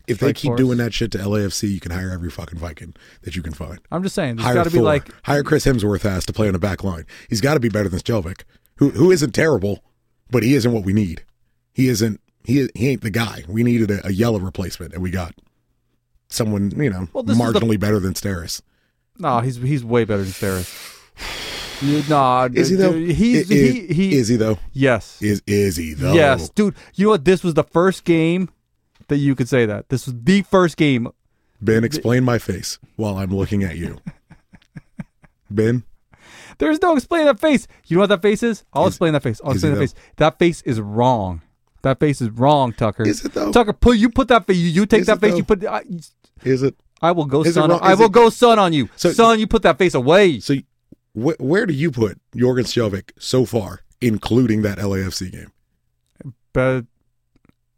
If they Strike keep force. doing that shit to LAFC, you can hire every fucking Viking that you can find. I'm just saying, there's Hire got to be Thor. like, hire Chris Hemsworth has to play on the back line. He's got to be better than Stelvik, who who isn't terrible, but he isn't what we need. He isn't he he ain't the guy. We needed a, a yellow replacement, and we got someone you know Well, this is the- marginally better than Steris. no, he's he's way better than Ferris. You, nah, Is he dude, though? Uh, He's I- he, i- he is he though? yes Is is he though? yes, dude. You know what? This was the first game that you could say that. This was the first game. Ben, explain my face while I'm looking at you. Ben, There's no explaining that face. You know what that face is? I'll explain that face. I'll is explain he that though? face. That face is wrong. That face is wrong, Tucker. Is it though? Tucker, put you put that face. You, you take Is that it face. though? You put. I, is it? I will go Is it son. wrong- I is will it- go son on you. So- son, you put that face away. So wh- where do you put Jorgen Stelvik so far, including that LAFC game? But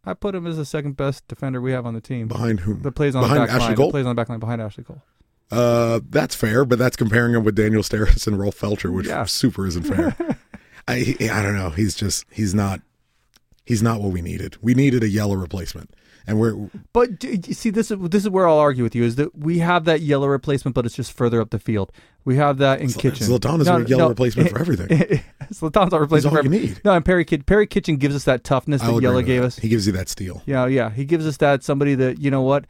I put him as the second best defender we have on the team. Behind whom? That plays on behind the back Ashley line. Cole. That plays on the back line behind Ashley Cole. Uh, that's fair, but that's comparing him with Daniel Steris and Rolf Felcher, which Yeah. super isn't fair. I he- I don't know. He's just he's not he's not what we needed. We needed a yellow replacement, and we're But d- you see, this is this is where I'll argue with you is that we have that yellow replacement, but it's just further up the field. We have that in Kitchen. Zlatan is a yellow replacement for everything. Zlatan's our replacement. all for you everything. need. No, and Perry Kid Perry Kitchen gives us that toughness I'll that agree Yellow with gave that. us. He gives you that steel. Yeah, yeah. He gives us that somebody that you know what,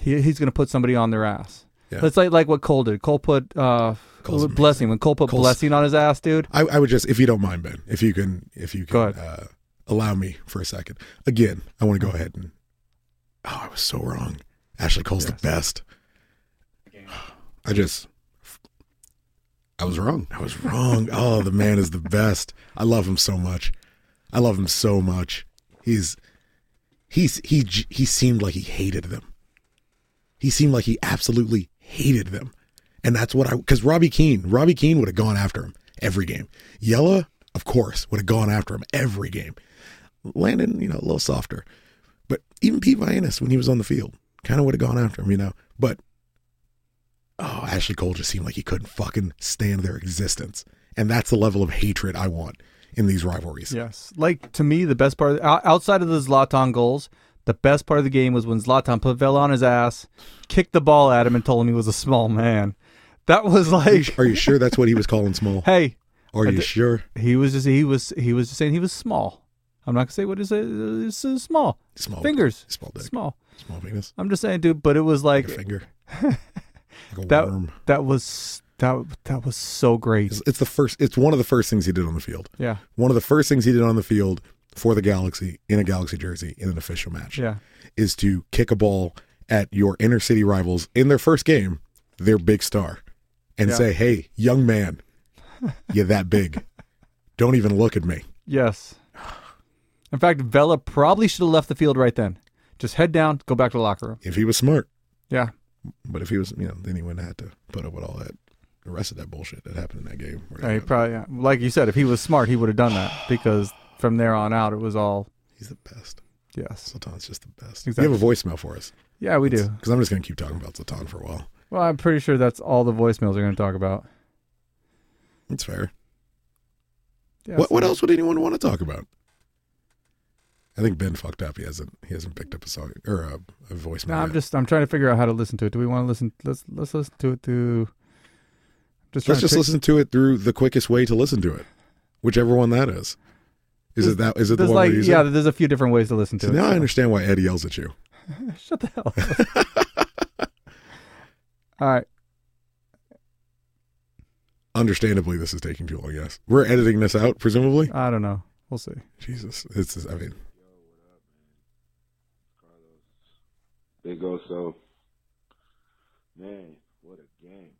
he he's gonna put somebody on their ass. Yeah. That's like like what Cole did. Cole put uh Cole's blessing when Cole put Cole's- blessing on his ass, dude. I, I would just, if you don't mind, Ben, if you can, if you can, Go Uh, allow me for a second. Again, I want to go ahead and. Oh, I was so wrong. Ashley Cole's the best. I just, I was wrong. I was wrong. oh, the man is the best. I love him so much. I love him so much. He's, he's, he, j- he seemed like he hated them. He seemed like he absolutely hated them. And that's what I because Robbie Keane, Robbie Keane would have gone after him every game. Yella, of course, would have gone after him every game. Landon, you know, a little softer. But even Pete Vianis, when he was on the field, kind of would have gone after him, you know. But oh, Ashley Cole just seemed like he couldn't fucking stand their existence. And that's the level of hatred I want in these rivalries. Yes. Like to me, the best part of the, out- outside of the Zlatan goals, the best part of the game was when Zlatan put Vela on his ass, kicked the ball at him, and told him he was a small man. That was like, Are you sure that's what he was calling small? hey, Are you d- sure? he was just he was he was just saying he was small. I'm not gonna say what is it. It's uh, small. Small fingers. Small dick. Small. Small penis. I'm just saying, dude. But it was like Oh, Like a finger. Like a that. worm. That was that. That was so great. It's, it's the first. It's one of the first things he did on the field. Yeah. One of the first things he did on the field for the Galaxy in a Galaxy jersey in an official match Yeah. is to kick a ball at your inner city rivals in their first game, their big star, and Yeah. say, "Hey, young man, you're that big. Don't even look at me." Yes. In fact, Vela probably should have left the field right then. Just head down, go back to the locker room. If he was smart, Yeah. but if he was, you know, then he wouldn't have had to put up with all that the rest of that bullshit that happened in that game. where they Yeah, he got- probably, yeah. like you said, if he was smart, he would have done that because from there on out, it was all he's the best. yes. Zlatan's just the best. Exactly. You have a voicemail for us Yeah, we do. because I'm just gonna keep talking about Zlatan for a while. Well, I'm pretty sure that's all the voicemails are going to talk about. That's fair. Yeah, What so- What else would anyone want to talk about? I think Ben fucked up. He hasn't He hasn't picked up a song or a, a voicemail. No, I'm yet. just I'm trying to figure out how to listen to it. Do we want to listen? Let's let's listen to it through. Just trying Let's to just pic- listen to it through the quickest way to listen to it, whichever one that is. Is it that? Is it the There's one? like where you yeah, said- there's a few different ways to listen to So it. now I understand why Eddie yells at you. Shut the hell. up. all right. Understandably, this is taking too long. Yes, we're editing this out, presumably. I don't know. We'll see. Jesus, this is. I mean, They go so. Man, what a game!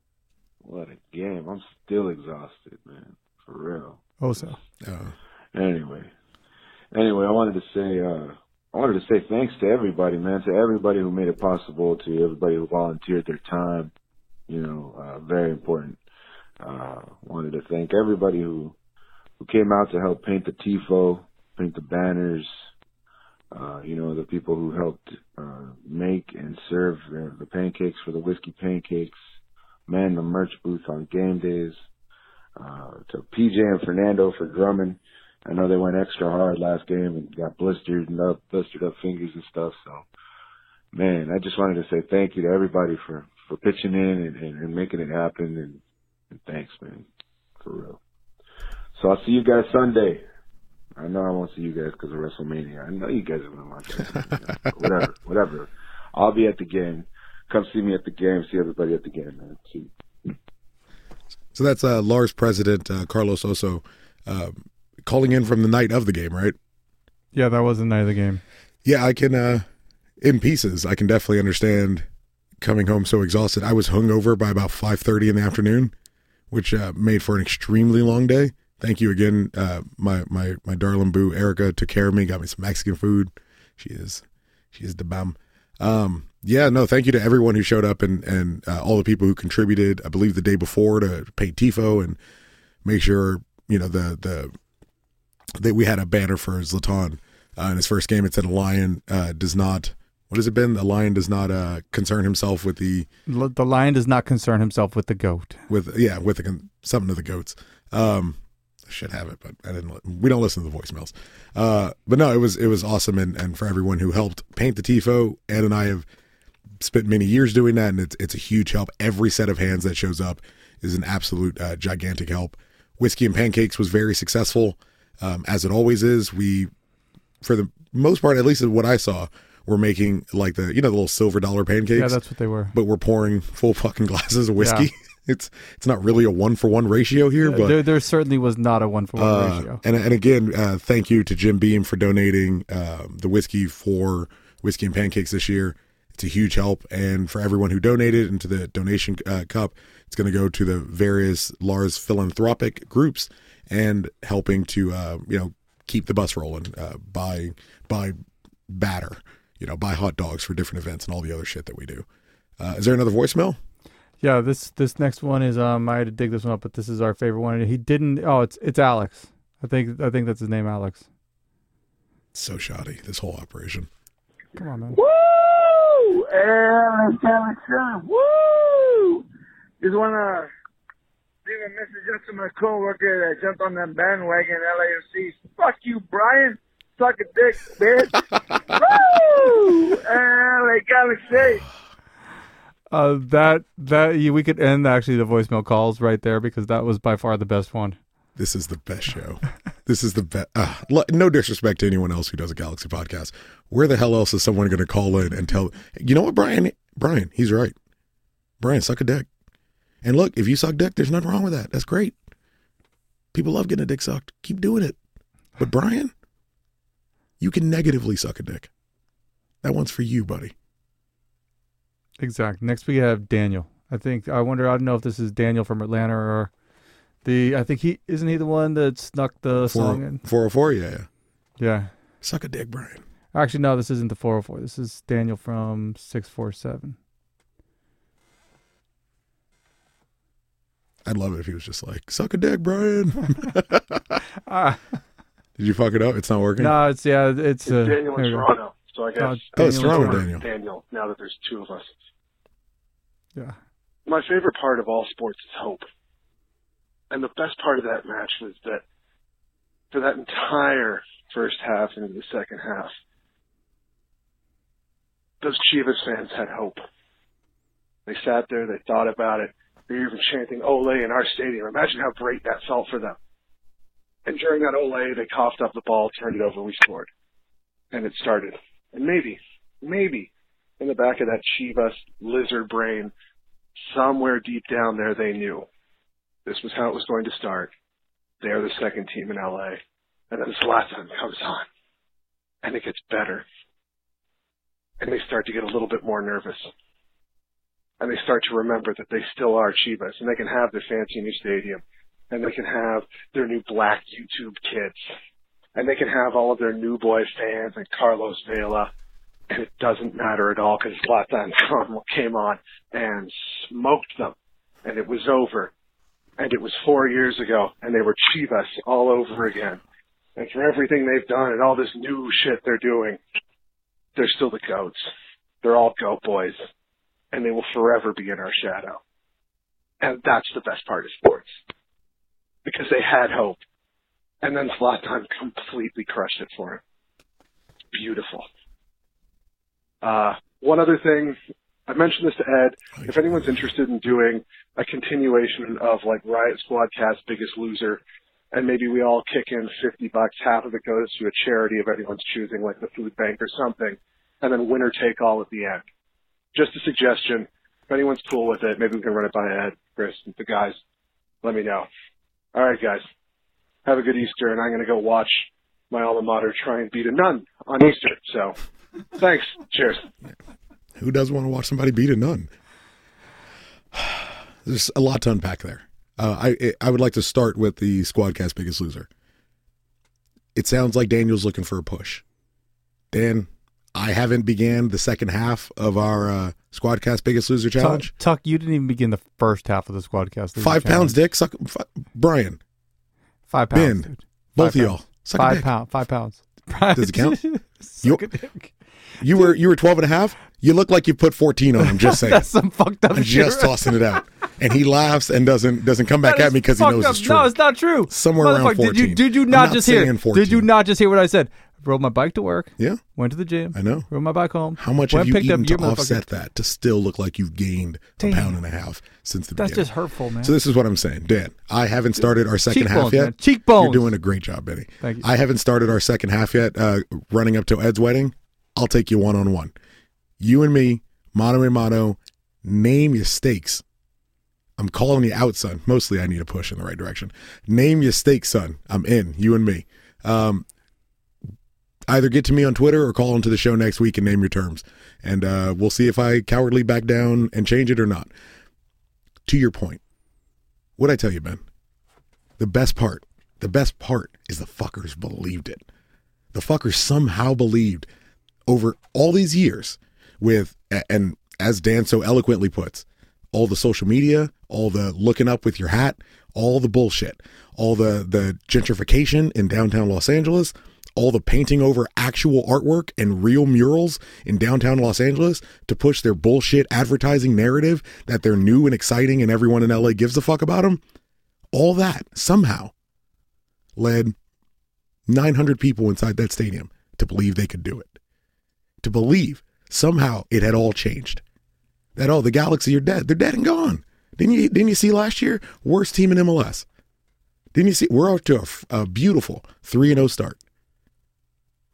What a game! I'm still exhausted, man. For real. Oh, so uh, Anyway, anyway, I wanted to say, uh, I wanted to say thanks to everybody, man, to everybody who made it possible, to everybody who volunteered their time. You know, uh, very important. Uh, wanted to thank everybody who who came out to help paint the tifo, paint the banners. Uh, you know, the people who helped uh, make and serve the, the pancakes for the whiskey pancakes. Man, the merch booth on game days. Uh, to PJ and Fernando for drumming. I know they went extra hard last game and got blistered and up, blistered up fingers and stuff. So, man, I just wanted to say thank you to everybody for for pitching in and, and, and making it happen. And, and thanks, man, for real. So I'll see you guys Sunday. I know I won't see you guys because of WrestleMania. I know you guys are gonna watch WrestleMania. But whatever, whatever. I'll be at the game. Come see me at the game. See everybody at the game, man. See. so that's uh, Lars President uh, Carlos Oso uh, calling in from the night of the game, right? yeah, that was the night of the game. Yeah, I can. uh In pieces, I can definitely understand coming home so exhausted. I was hungover by about five thirty in the afternoon, which uh, made for an extremely long day. Thank you again, uh, my my my darling boo Erica took care of me, got me some Mexican food. She is she is the bomb. Um, yeah, no, thank you to everyone who showed up and and uh, all the people who contributed. I believe the day before to pay tifo and make sure you know the the that we had a banner for Zlatan uh, in his first game. It said a lion uh, does not. What has it been? The lion does not uh, concern himself with the L- the lion does not concern himself with the goat. with yeah with the, con- something of the goats. Um, I should have it, but I didn't. Li- we don't listen to the voicemails. Uh, but no, it was it was awesome, and and for everyone who helped paint the tifo, Ed and I have spent many years doing that, and it's it's a huge help. Every set of hands that shows up is an absolute uh, gigantic help. Whiskey and pancakes was very successful, um, as it always is. We for the most part, at least in what I saw, were making like the you know the little silver dollar pancakes Yeah, that's what they were. but we're pouring full fucking glasses of whiskey. It's it's not really a one for one ratio here, but there, there certainly was not a one for one uh, ratio. and and again, uh, thank you to Jim Beam for donating um, the whiskey for whiskey and pancakes this year. It's a huge help, and for everyone who donated into the donation uh, cup, it's going to go to the various Lars philanthropic groups and helping to uh, you know keep the bus rolling uh, by by batter, you know, buy hot dogs for different events and all the other shit that we do. Uh, is there another voicemail? Yeah, this this next one is um I had to dig this one up, but this is our favorite one. He didn't. Oh, it's it's Alex. I think I think that's his name, Alex. So shoddy, this whole operation. Come on, man. Woo! Alex Alexander, woo! Just wanna leave a message out to my coworker that jumped on that bandwagon LAFC. Fuck you, Brian. Suck a dick, bitch. woo! Alex Alexander. Uh, that that yeah, we could end actually the voicemail calls right there because that was by far the best one. This is the best show. this is the best. Uh, no disrespect to anyone else who does a Galaxy podcast. Where the hell else is someone going to call in and tell? You know what, Brian? Brian, he's right. Brian, suck a dick. And look, if you suck dick, there's nothing wrong with that. That's great. People love getting a dick sucked. Keep doing it. But Brian, you can negatively suck a dick. That one's for you, buddy. Exact. Next we have Daniel. I think I wonder. I don't know if this is Daniel from Atlanta or the. I think he isn't he the one that snuck the song Four in. four oh four. Yeah, yeah. Yeah. Suck a dick, Brian. Actually, no. This isn't the 404. This is Daniel from 647. I'd love it if he was just like, suck a dick, Brian. Ah. Did you fuck it up? It's not working? No, it's yeah, it's uh, Daniel there in you go. Toronto. So I guess Oh, oh, it's Daniel wrong with Connor Daniel. and Daniel. Now that there's two of us, yeah. my favorite part of all sports is hope, and the best part of that match was that for that entire first half and into the second half, those Chivas fans had hope. They sat there, they thought about it. They were even chanting "Ole" in our stadium. Imagine how great that felt for them. And during that Ole, they coughed up the ball, turned it over, and we scored. And it started. And maybe, maybe, in the back of that Chivas lizard brain, somewhere deep down there, they knew this was how it was going to start. They are the second team in LA. And then Zlatan comes on. And it gets better. And they start to get a little bit more nervous. And they start to remember that they still are Chivas. And they can have their fancy new stadium. And they can have their new black YouTube kids. And they can have all of their new boy fans and Carlos Vela. And it doesn't matter at all because Zlatan come- came on and smoked them. And it was over and it was four years ago, and they were Chivas all over again. And for everything they've done and all this new shit they're doing, they're still the goats. They're all goat boys, and they will forever be in our shadow. And that's the best part of sports, because they had hope, and then Zlatan completely crushed it for him. Beautiful. Uh, one other thing, I mentioned this to Ed. If anyone's interested in doing a continuation of like Riot Squadcast Biggest Loser, and maybe we all kick in 50 bucks, half of it goes to a charity of everyone's choosing, like the food bank or something, and then winner take all at the end. Just a suggestion. If anyone's cool with it, maybe we can run it by Ed, Chris, and the guys. Let me know. All right, guys. Have a good Easter, and I'm going to go watch my alma mater try and beat a nun on Easter. So, thanks. Cheers. Who doesn't want to watch somebody beat a nun? There's a lot to unpack there. Uh, I I would like to start with the Squadcast Biggest Loser. It sounds like Daniel's looking for a push. Dan, I haven't began the second half of our uh, Squadcast Biggest Loser Tuck, challenge. Tuck, you didn't even begin the first half of the squadcast. There's a Five pounds, challenge. dick. Suck, f- Brian, Five pounds. Ben, dude. both Five of y'all. pounds. Suck a five dick. pound. Five pounds. Does it count? Suck a dick. You were you were 12 and a half. You look like you put 14 on him. Just saying. That's some fucked up I'm shit. just tossing it out, and he laughs and doesn't doesn't come back That at me is because he fucked knows up. it's true. No, it's not true. Somewhere around Motherfucker, Did you 14. did you I'm not, not just saying hear? Did 14. you not just hear what I said? Rode my bike to work. yeah. Went to the gym. I know. Rode my bike home. How much went have you picked eaten up your to motherfucker. offset that to still look like you've gained Damn. a pound and a half since the That's beginning? just hurtful, man. So this is what I'm saying, Dan. I haven't started our second half Cheekbones, yet. man. Cheekbones. You're doing a great job, Benny. Thank you. I haven't started our second half yet. Uh, running up to Ed's wedding, I'll take you one on one. You and me, mano a mano. Name your stakes. I'm calling you out, son. Mostly, I need a push in the right direction. Name your stakes, son. I'm in. You and me. Um, either get to me on Twitter or call into the show next week and name your terms, and uh, we'll see if I cowardly back down and change it or not. To your point, what I tell you, Ben, the best part, the best part is the fuckers believed it. The fuckers somehow believed over all these years with, a- and as Dan so eloquently puts, all the social media, all the looking up with your hat, all the bullshit, all the, the gentrification in downtown Los Angeles, all the painting over actual artwork and real murals in downtown Los Angeles to push their bullshit advertising narrative that they're new and exciting and everyone in LA gives a fuck about them all that somehow led 900 people inside that stadium to believe they could do it. To believe somehow it had all changed. That oh, the Galaxy are dead. They're dead and gone. Didn't you didn't you see last year worst team in MLS? Didn't you see we're off to a, f- a beautiful 3 and 0 start.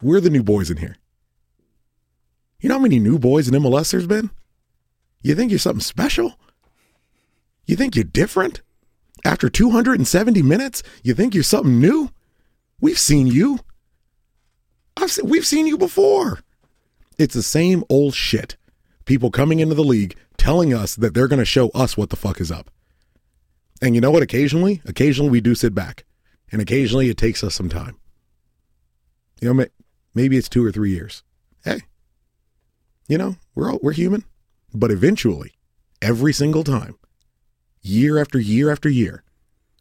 We're the new boys in here. You know how many new boys in MLS there's been? You think you're something special? You think you're different? After 270 minutes, you think you're something new? We've seen you. I've se- we've seen you before. It's the same old shit. People coming into the league telling us that they're going to show us what the fuck is up. And you know what? Occasionally, occasionally we do sit back, and occasionally it takes us some time. You know, ma- maybe it's two or three years. Hey, you know, we're all, we're human, but eventually, every single time, year after year after year,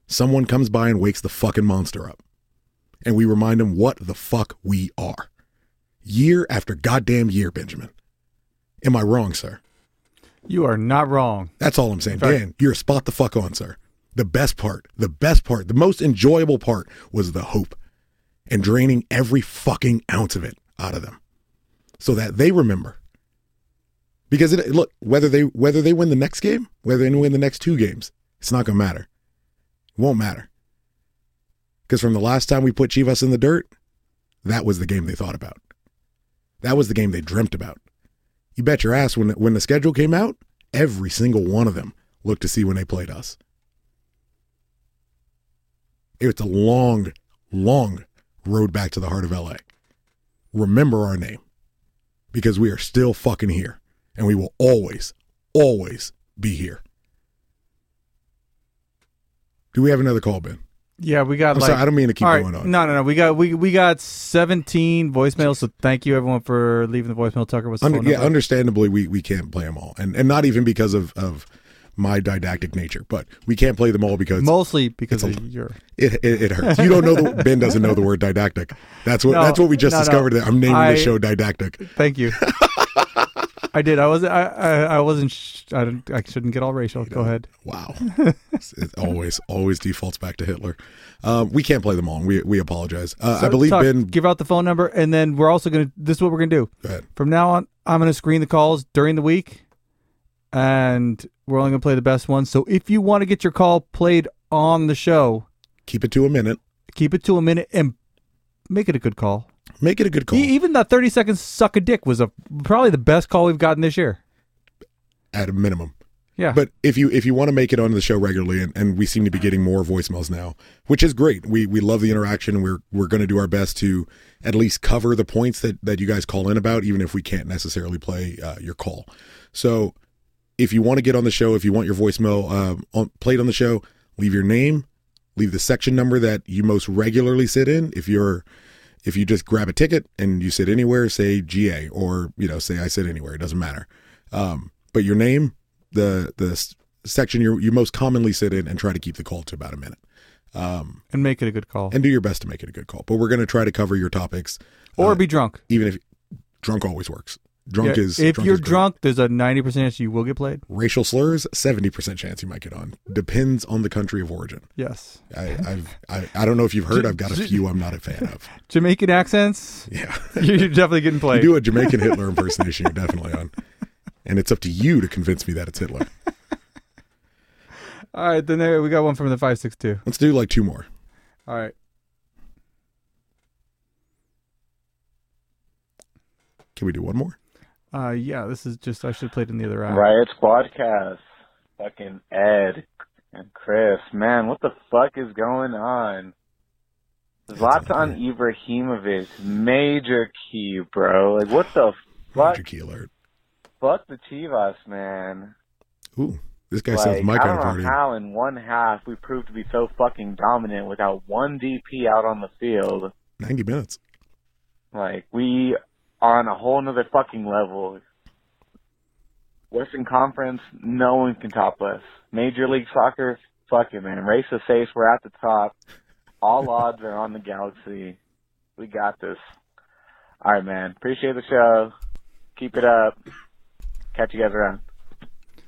someone comes by and wakes the fucking monster up. And we remind him what the fuck we are. Year after goddamn year, Benjamin. Am I wrong, sir? You are not wrong. That's all I'm saying. Fair. Dan, you're spot the fuck on, sir. The best part, the best part, the most enjoyable part was the hope and draining every fucking ounce of it out of them so that they remember. Because it, look, whether they whether they win the next game, whether they win the next two games, it's not gonna matter. It won't matter. Because from the last time we put Chivas in the dirt, that was the game they thought about. That was the game they dreamt about. You bet your ass when when the schedule came out, every single one of them looked to see when they played us. It was a long, long road back to the heart of LA. Remember our name because we are still fucking here and we will always, always be here. Do we have another call, Ben? Yeah, we got. I'm like, sorry, I don't mean to keep all right, going on. No, no, no. We got we we got 17 voicemails. So thank you everyone for leaving the voicemail. Tucker was Under, yeah, understandably, we, we can't play them all, and and not even because of of my didactic nature, but we can't play them all because mostly because of your. it it, it hurts. You don't know the Ben doesn't know the word didactic. That's what No, that's what we just no, no. discovered. That I'm naming I- the show didactic. Thank you. I did. I was. I. I, I wasn't. Sh- I didn't. I shouldn't get all racial. Go ahead. Wow. it always always defaults back to Hitler. Um, we can't play them all. and We we apologize. Uh, I So, believe Tuck, Ben. uh, Give out the phone number, and then we're also gonna. This is what we're gonna do. Go ahead. From now on, I'm gonna screen the calls during the week, and we're only gonna play the best ones. So if you want to get your call played on the show, Keep it to a minute. keep it to a minute and make it a good call. Make it a good call. E- even that 30 seconds suck a dick was a probably the best call we've gotten this year. at a minimum. Yeah. But if you if you want to make it onto the show regularly, and, and we seem to be getting more voicemails now, which is great. We we love the interaction. and We're we're going to do our best to at least cover the points that that you guys call in about, even if we can't necessarily play uh, your call. So if you want to get on the show, if you want your voicemail um, on, played on the show, leave your name, leave the section number that you most regularly sit in. If you're if you just grab a ticket and you sit anywhere, say GA or you know say I sit anywhere, it doesn't matter. Um, but your name, the the s- section you you most commonly sit in, and try to keep the call to about a minute, um, And make it a good call. and do your best to make it a good call. But we're going to try to cover your topics, or be drunk. even if drunk always works. uh, Drunk Yeah, is If drunk you're is great. drunk, there's a 90% chance you will get played. racial slurs, seventy percent chance you might get on. Depends on the country of origin. Yes. I, I've I, I don't know if you've heard. I've got a few I'm not a fan of. Jamaican accents, Yeah. you're definitely getting You played. do a Jamaican Hitler impersonation, you're definitely on. And it's up to you to convince me that it's Hitler. All right, then there, we got one from the 562. Let's do like two more. All right. Can we do one more? Uh, yeah, this is just, I should have played in the other round. Riot Squadcast. Fucking Ed and Chris. Man, what the fuck is going on? Zlatan Ibrahimovic, major key, bro. Like, what the fuck? Major key alert. Fuck the Chivas, man. Ooh, this guy Like, sounds my I kind don't of party. know how in one half we proved to be so fucking dominant without one DP out on the field. Ninety minutes. Like, we are on a whole nother fucking level. Western Conference, no one can top us. Major League Soccer, fuck it, man. Race is safe. We're at the top. All odds are on the Galaxy. We got this. All right, man. Appreciate the show. Keep it up. Catch you guys around.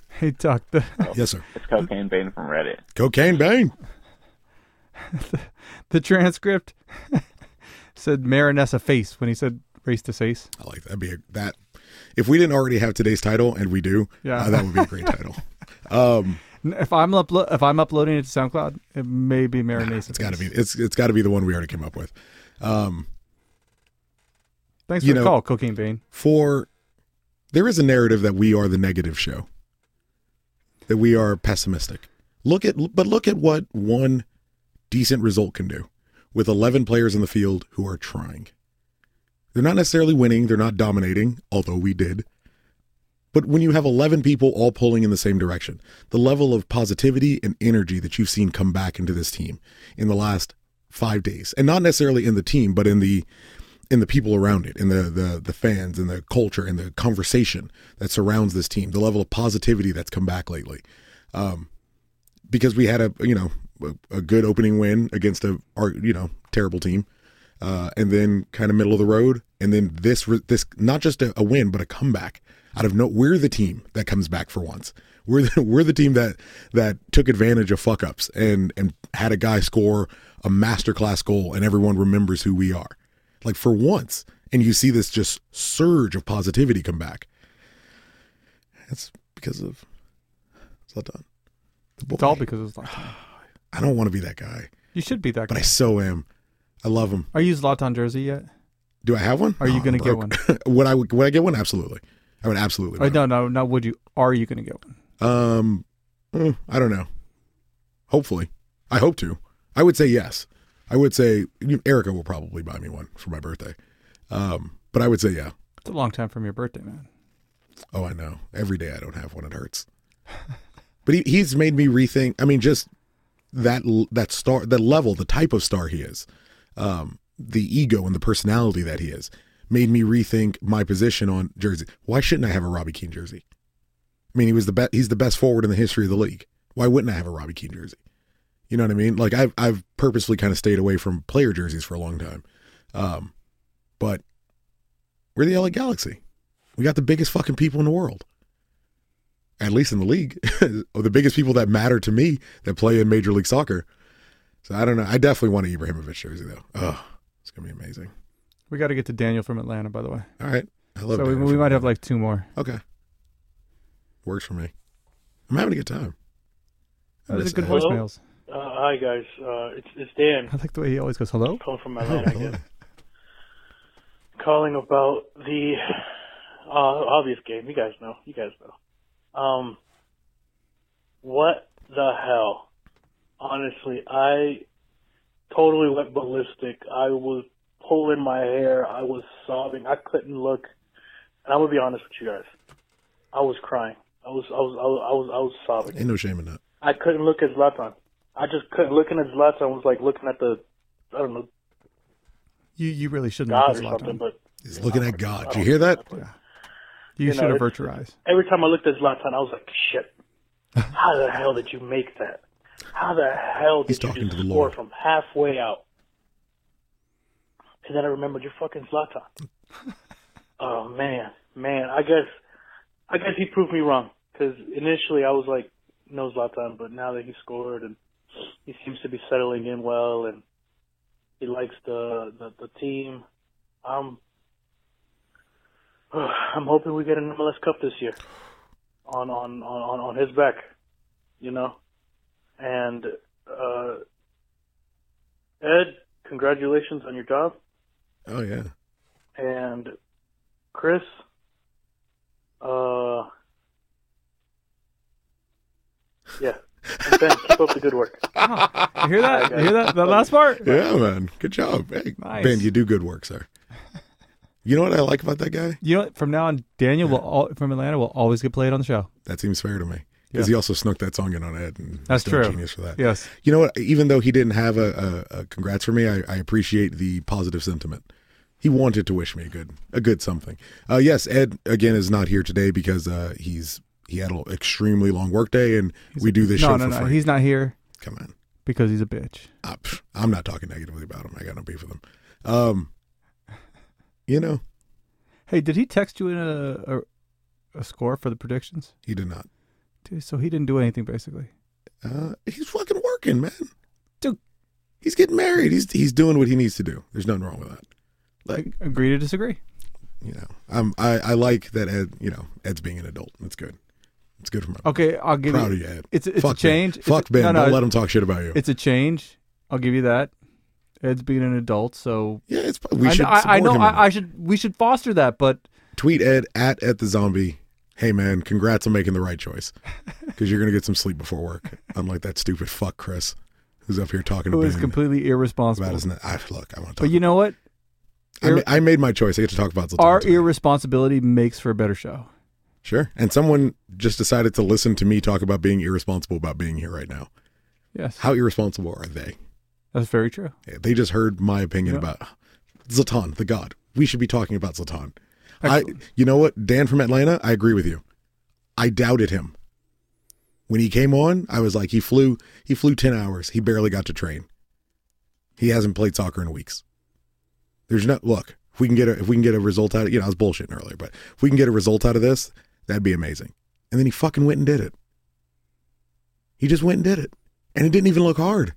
Hey, Tuck, the, Oh. Yes, sir. It's Cocaine Bane from Reddit. Cocaine Bane. the transcript said Marinessa face when he said race to face. I like that. That'd Be a, that. If we didn't already have today's title, and we do, Yeah. uh, that would be a great title. Um, N- If I'm uplo- if I'm uploading it to SoundCloud, it may be Marinessa. it's got to be. It's it's got to be the one we already came up with. Um, Thanks you for the know- call, Cocaine Bane. for there is a narrative that we are the negative show that we are pessimistic look at but look at what one decent result can do with 11 players in the field who are trying they're not necessarily winning they're not dominating although we did but when you have 11 people all pulling in the same direction the level of positivity and energy that you've seen come back into this team in the last 5 days and not necessarily in the team but in the in the people around it, in the, the the fans, in the culture, in the conversation that surrounds this team, the level of positivity that's come back lately. Um, because we had a you know a, a good opening win against a our, you know terrible team, uh, and then kind of middle of the road, and then this re- this not just a, a win but a comeback out of no. We're the team that comes back for once. We're the, we're the team that that took advantage of fuck ups and and had a guy score a masterclass goal, and everyone remembers who we are. Like for once, and you see this just surge of positivity come back. That's because of Zlatan. It's all because of Zlatan. I don't want to be that guy, You should be that but I guy. so am. I love him. Are you Zlatan jersey yet? Do I have one? Are you No, I'm gonna get broke. would I would I get one? Absolutely. I would absolutely. Or Oh, no, no, not would you? Are you going to get one? Um, mm, I don't know. Hopefully, I hope to. I would say yes. I would say Erica will probably buy me one for my birthday. Um, but I would say yeah. It's a long time from your birthday, man. Oh, I know. Every day I don't have one, it hurts. but he, he's made me rethink. I mean, just that l- that star, the level, the type of star he is, um, the ego and the personality that he is, made me rethink my position on jersey. Why shouldn't I have a Robbie Keane jersey? I mean, he was the best. He's the best forward in the history of the league. Why wouldn't I have a Robbie Keane jersey? You know what I mean? Like I've I've purposely kind of stayed away from player jerseys for a long time, um, but we're the LA Galaxy. We got the biggest fucking people in the world, at least in the league, or the biggest people that matter to me that play in Major League Soccer. So I don't know. I definitely want an Ibrahimovic jersey though. Oh, it's gonna be amazing. We got to get to Daniel from Atlanta, by the way. All right, I love. so we, Daniel we from might have like two more. Okay. Works for me. I'm having a good time. I Those are miss good it. Hello? Uh, hi guys, uh, it's it's Dan I like the way he always goes, hello? calling from Atlanta. I guess. Calling about the uh, obvious game. You guys know. You guys know. Um, what the hell? Honestly, I totally went ballistic. I was pulling my hair. I was sobbing. I couldn't look. And I'm gonna be honest with you guys. I was crying. I was I was I was I was, I was sobbing. Ain't no shame in that. I couldn't look at Zlatan. I just couldn't looking at Zlatan was like looking at the I don't know You you really shouldn't God have or this something, Zlatan. but He's looking at God. Do you hear that? You, You know, should avert it's- your eyes. every time I looked at Zlatan, I was like, shit. How the hell did you make that? How the hell did He's you talking just to the score Lord. from halfway out? And then I remembered you're fucking Zlatan. oh man, man. I guess, I guess he proved me wrong because initially I was like, no Zlatan, but now that he scored and he seems to be settling in well and he likes the the, the team, I'm I'm hoping we get an MLS Cup this year on on on on his back, you know. And uh, Ed, congratulations on your job. Oh yeah. And Chris, uh, yeah. And ben, keep up the good work. You hear that? You hear that? The last part? Yeah, man. Good job. Hey, Nice. Ben, you do good work, sir. You know what I like about that guy? You know, what? from now on, Daniel will all, from Atlanta will always get played on the show. That seems fair to me. Because Yeah. he also snuck that song in on Ed. And That's he's done true. Genius for that. Yes. You know what? Even though he didn't have a, a, a congrats for me, I, I appreciate the positive sentiment. He wanted to wish me a good a good something. Uh, yes, Ed again is not here today because uh, he's he had an extremely long work day, and we do this no, show no, for no. free. He's not here. Come on. Because he's a bitch. I, pff, I'm not talking negatively about him. I got no beef with him. Um, you know, Hey, did he text you in a, a, a score for the predictions? He did not. Dude, so he didn't do anything, basically. Uh, he's fucking working, man. Dude, he's getting married. He's he's doing what he needs to do. There's nothing wrong with that. Like, agree to disagree. You know, I'm I, I like that Ed. You know, Ed's being an adult. It's good. It's good for my. Okay, I'll give Proud of you. you, Ed. Oh, It's it's Fuck Ben. a change. It's Fuck a- Ben. Don't let him talk shit about you. It's a change. I'll give you that. Ed's being an adult, so yeah, it's we I, should I, I support know. him in I, I should. We should foster that, but Tweet Ed at at the zombie. Hey man, congrats on making the right choice. Because you're gonna get some sleep before work. Unlike that stupid fuck Chris, who's up here talking who to is Ben. completely irresponsible. About his ne- I, look, I want to but talk. you know what? I, ma- I made my choice. I get to talk about Zlatan. Our irresponsibility makes for a better show. Sure. And someone just decided to listen to me talk about being irresponsible about being here right now. Yes. How irresponsible are they? That's very true. They just heard my opinion Yeah. about Zlatan, the god. We should be talking about Zlatan. I, you know what, Dan from Atlanta, I agree with you. I doubted him. When he came on, I was like, he flew he flew ten hours. He barely got to train. He hasn't played soccer in weeks. There's no look. If we can get a if we can get a result out of you know I was bullshitting earlier, but if we can get a result out of this, that'd be amazing. And then he fucking went and did it. He just went and did it, and it didn't even look hard.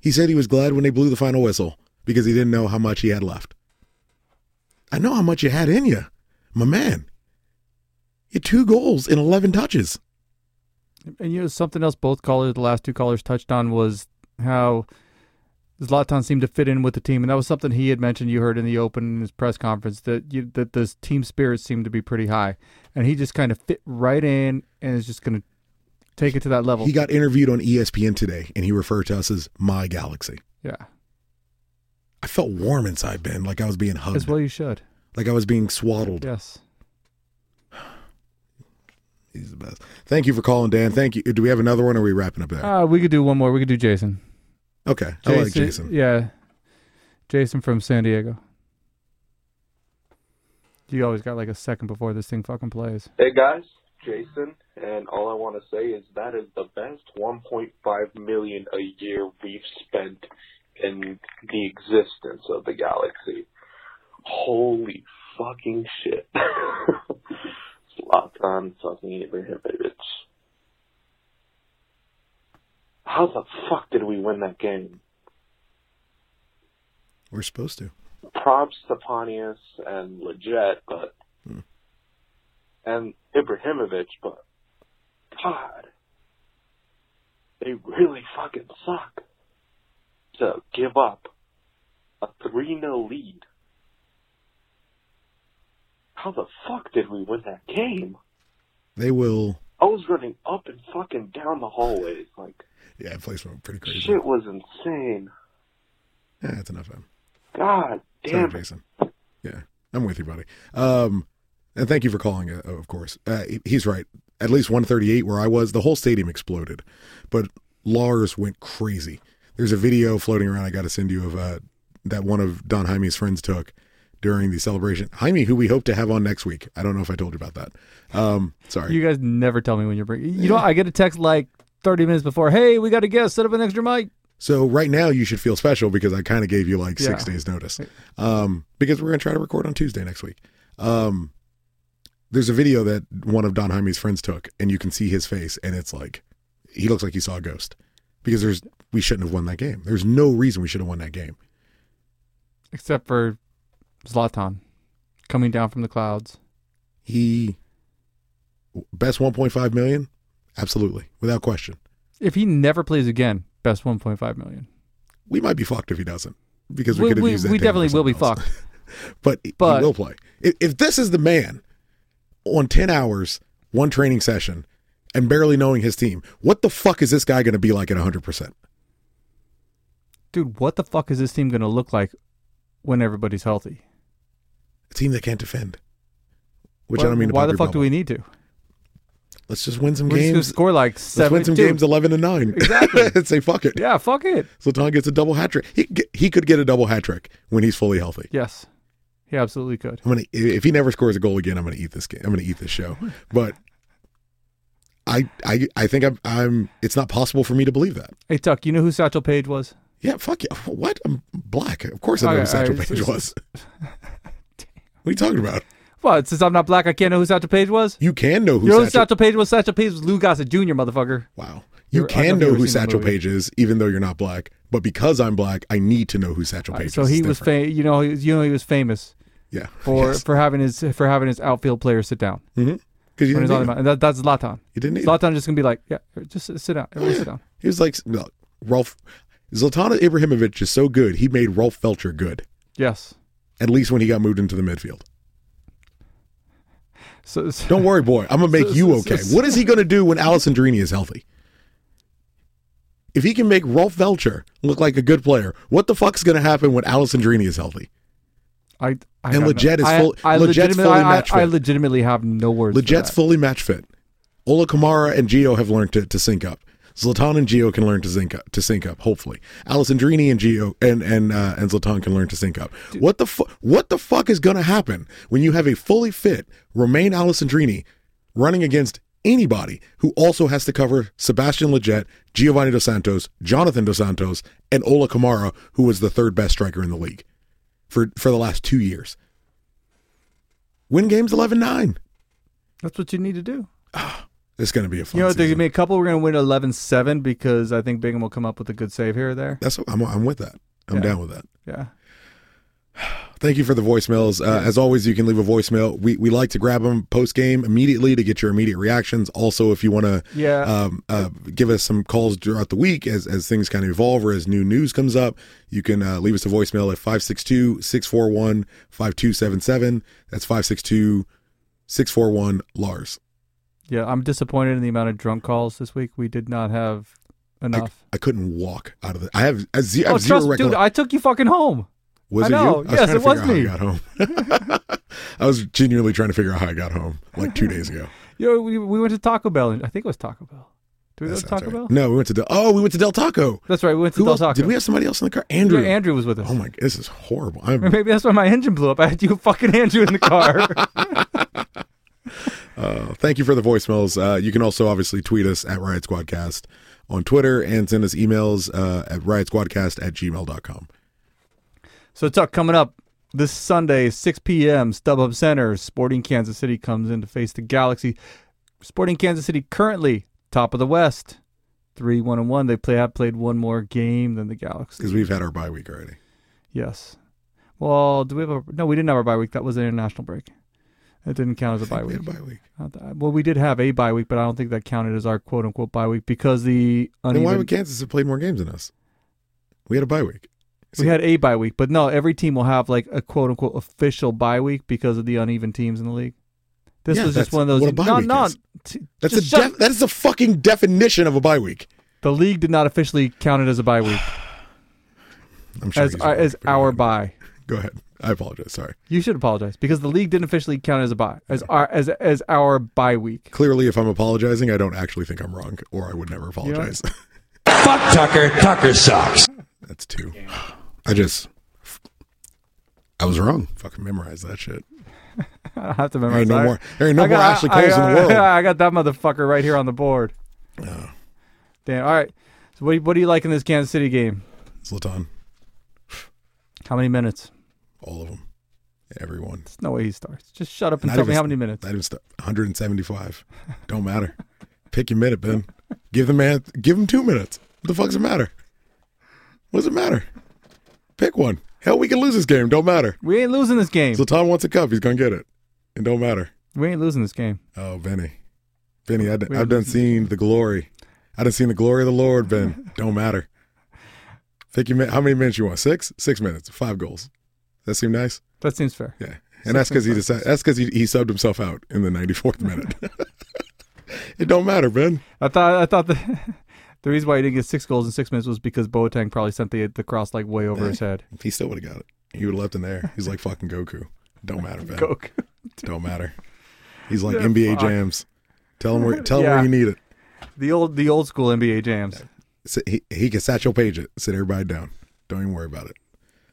He said he was glad when they blew the final whistle because he didn't know how much he had left. I know how much you had in you, my man. You had two goals in 11 touches. And you know something else both callers the last two callers touched on was how Zlatan seemed to fit in with the team and that was something he had mentioned you heard in the open in his press conference that you, that the team spirit seemed to be pretty high and he just kind of fit right in and is just going to take it to that level. He got interviewed on E ESPN today, and he referred to us as my galaxy. Yeah. I felt warm inside, Ben, like I was being hugged. As well you should. Like I was being swaddled. Yes. He's the best. Thank you for calling, Dan. Thank you. Do we have another one or are we wrapping up there? Uh, we could do one more. We could do Jason. Okay. I like Jason. Yeah. Jason from San Diego. You always got like a second before this thing fucking plays. Hey guys, Jason, and all I want to say is that is the best 1.5 million a year we've spent in the existence of the galaxy. Holy fucking shit! Locked on fucking Ibrahimovic. How the fuck did we win that game? We're supposed to. Props to Pontius and Leggett, but and Ibrahimovic, but God, they really fucking suck to give up a 3 0 lead. How the fuck did we win that game? They will. I was running up and fucking down the hallways. Like, Yeah, it plays pretty crazy. shit was insane. Yeah, that's enough, man. God Sorry, damn it. Jason. Yeah, I'm with you, buddy. Um, and thank you for calling. Uh, of course, uh, he- he's right. At least 138, where I was, the whole stadium exploded, but Lars went crazy. There's a video floating around. I got to send you of uh, that one of Don Jaime's friends took during the celebration. Jaime, who we hope to have on next week. I don't know if I told you about that. Um, sorry. You guys never tell me when you're bringing. You know, I get a text like 30 minutes before, hey, we got a guest, set up an extra mic. So right now you should feel special because I kind of gave you like six Yeah. days notice. Um, because we're gonna try to record on Tuesday next week. Um, there's a video that one of Don Jaime's friends took, and you can see his face, and it's like he looks like he saw a ghost because there's we shouldn't have won that game. There's no reason we should have won that game. Except for Zlatan coming down from the clouds. He best 1.5 million, absolutely, without question. If he never plays again, best 1.5 million. We might be fucked if he doesn't because we, We- could have we- used that. we data for definitely will be something else. fucked. but, But- he will play. If, if this is the man on ten hours, one training session, and barely knowing his team, what the fuck is this guy going to be like at hundred percent? Dude, what the fuck is this team going to look like when everybody's healthy? A team that can't defend. Which Why- I don't mean. To Why pop the your fuck do bubble. we need to? Let's just win some We're just gonna games. score like Let's seven- win some dude. games, eleven to nine. Exactly. and say fuck it. Yeah, fuck it. Zlatan gets a double hat trick. He could get- he could get a double hat trick when he's fully healthy. Yes, he absolutely could. I'm gonna if he never scores a goal again, I'm gonna eat this game. I'm gonna eat this show. But I I I think I'm I'm. It's not possible for me to believe that. Hey, Tuck, you know who Satchel Paige was? Yeah, fuck yeah. What? I'm black. Of course I know who Okay, all Satchel right. Paige was. What are you talking about? What? Since I'm not black, I can't know who Satchel Paige was? You can know who you know who Satchel. Satchel Paige was? Satchel Paige was Lou Gossett Jr., motherfucker. Wow. you You're- I don't know can if know who you've ever seen that Satchel movie. Paige is, even though you're not black. But because I'm black, I need to know who Satchel Paige So is. he It's was, different. fa- you know, he was- you know, he was famous. Yeah, For yes. for having his for having his outfield players sit down. Mhm. 'Cause you When didn't he's need on the him. mound. And that, that's Zlatan. You didn't need him. Zlatan just gonna be like, yeah, just sit down, everybody sit down. He was like no, Rolf Zlatan Ibrahimovic is so good. He made Rolf Felcher good. Yes. At least when he got moved into the midfield. So, Don't worry, boy. I'm gonna make so- you so- okay. so- What is he gonna do when Allison Drini is healthy? If he can make Rolf Velcher look like a good player, what the fuck's gonna happen when Allison Drini is healthy? I, I And got Leggett no- is full- I, I Leggett's legitimately, fully I, match I, I fit. legitimately have no words. for Leggett's that. fully match fit. Ola Kamara and Gio have learned to, to sync up. Zlatan and Gio can learn to sync up. To sync up, hopefully. Allison Drini and Gio and and uh, and Zlatan can learn to sync up. What the fu- What the fuck is gonna happen when you have a fully fit Romain Allison Drini running against anybody who also has to cover Sebastian Leggett, Giovanni Dos Santos, Jonathan Dos Santos, and Ola Kamara, who was the third best striker in the league for, for the last two years. Win games 11 9. That's what you need to do. It's going to be a fun You know, season. there's gonna be a couple. We're gonna win 11-7 because I think Bingham will come up with a good save here or there. That's I'm, I'm with that. I'm Yeah. down with that. Yeah. Thank you for the voicemails. Uh, As always, you can leave a voicemail. We, we like to grab them post game immediately to get your immediate reactions. Also, if you want to Yeah. um, uh, give us some calls throughout the week as, as things kind of evolve or as new news comes up, you can uh, leave us a voicemail at 562 641 5277. That's 562 641 Lars. Yeah, I'm disappointed in the amount of drunk calls this week. We did not have enough. I couldn't walk out of the. I have, I have ze- I oh, have zero trust, dude, recollection. I took you fucking home. Was I it know. you? I Yes, it was was trying to me. figure out how I got home. I was genuinely trying to figure out how I got home like two days ago. You know, we, we went to Taco Bell. And, I think it was Taco Bell. Did we go to That sounds Taco right. Bell? No, we went to Del. Oh, we went to Del Taco. That's right. We went to Who Del else- Taco. Did we have somebody else in the car? Andrew. Yeah, Andrew was with us. Oh my, this is horrible. Or I'm, Maybe that's why my engine blew up. I had you fucking Andrew in the car. uh, thank you for the voicemails. Uh, you can also obviously tweet us at Riot Squadcast on Twitter and send us emails uh, at riotsquadcast at gmail.com. so Tuck, coming up this Sunday, 6 p.m. StubHub Center, Sporting Kansas City comes in to face the Galaxy. Sporting Kansas City currently top of the West, three one and one. They play have played one more game than the Galaxy because we've had our bye week already. Yes. Well, do we have a no? We didn't have our bye week. That was an international break. That didn't count as a bye week. bye week. Well, we did have a bye week, but I don't think that counted as our quote unquote bye week because the And why uneven- would Kansas have played more games than us? We had a bye week. we had a bye week, but no, every team will have like a quote unquote official bye week because of the uneven teams in the league. This Yeah, was that's just one of those. what a bye no, week no, is. t- That's just a shut- def- that is the fucking definition of a bye week. the league did not officially count it as a bye week. I'm sure as, he's as our bye. Go ahead. I apologize. Sorry. You should apologize because the league didn't officially count it as a bye as our as as our bye week. Clearly, if I'm apologizing, I don't actually think I'm wrong, or I would never apologize. Fuck Tucker. Tucker sucks. That's two. I just, I was wrong. Fucking memorize that shit. I don't have to ain't memorize no that. more- there ain't no I more Ashley Coles in the I- world. I got that motherfucker right here on the board. Damn. All right. So what, what do you like in this Kansas City game? Zlatan. How many minutes? All of them. Everyone. There's no way he starts. Just shut up and tell me how many minutes. Not even st- 175. Don't matter. Pick your minute, Ben. Give the man. Give him two minutes. What the fuck's the matter? What does it matter? Pick one. Hell, we can lose this game. Don't matter. We ain't losing this game. Zlatan wants a cup. He's gonna get it. It don't matter. We ain't losing this game. Oh, Benny. Benny, I d- We I've done haven't- seen the glory. I done seen the glory of the Lord, Ben. Don't matter. Think you meant, how many minutes you want? Six? Six minutes. Five goals. That seem nice? That seems fair. Yeah. And that's because he decided, that's because he, he subbed himself out in the 94th minute. it don't matter, Ben. I thought I thought the the reason why he didn't get six goals in six minutes was because Boateng probably sent the the cross like way over Eh, his head. He still would have got it. He would have left in there. He's like fucking Goku. Don't matter, Ben. Goku. Don't matter. He's like Yeah, NBA fuck. jams. Tell him where tell him Yeah. where you need it. The old the old school NBA jams. Sit- he, he can satchel page it. Sit everybody down. Don't even worry about it.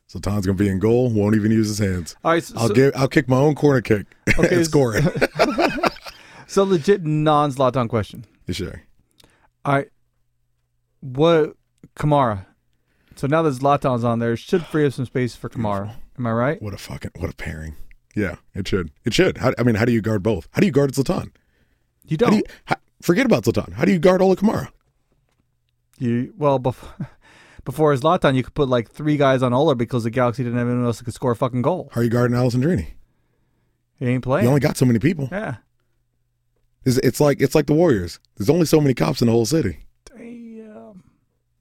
So Ton's gonna be in goal. Won't even use his hands. All right, so- I'll give. I'll kick my own corner kick Okay, and s- score it. So legit non Zlatan question. sure. All right. What Kamara? So now that Zlatan's on there, it should free up some space for Kamara. Am I right? What a fucking what a pairing. Yeah, it should. It should. How, I mean, how do you guard both? How do you guard Zlatan? You don't. how, forget about Zlatan. How do you guard Ola Kamara? You well before before Zlatan, you could put like three guys on Oler because the Galaxy didn't have anyone else that could score a fucking goal. How are you guarding Alessandrini? He ain't playing. You only got so many people. Yeah. It's, it's like it's like the Warriors. There's only so many cops in the whole city.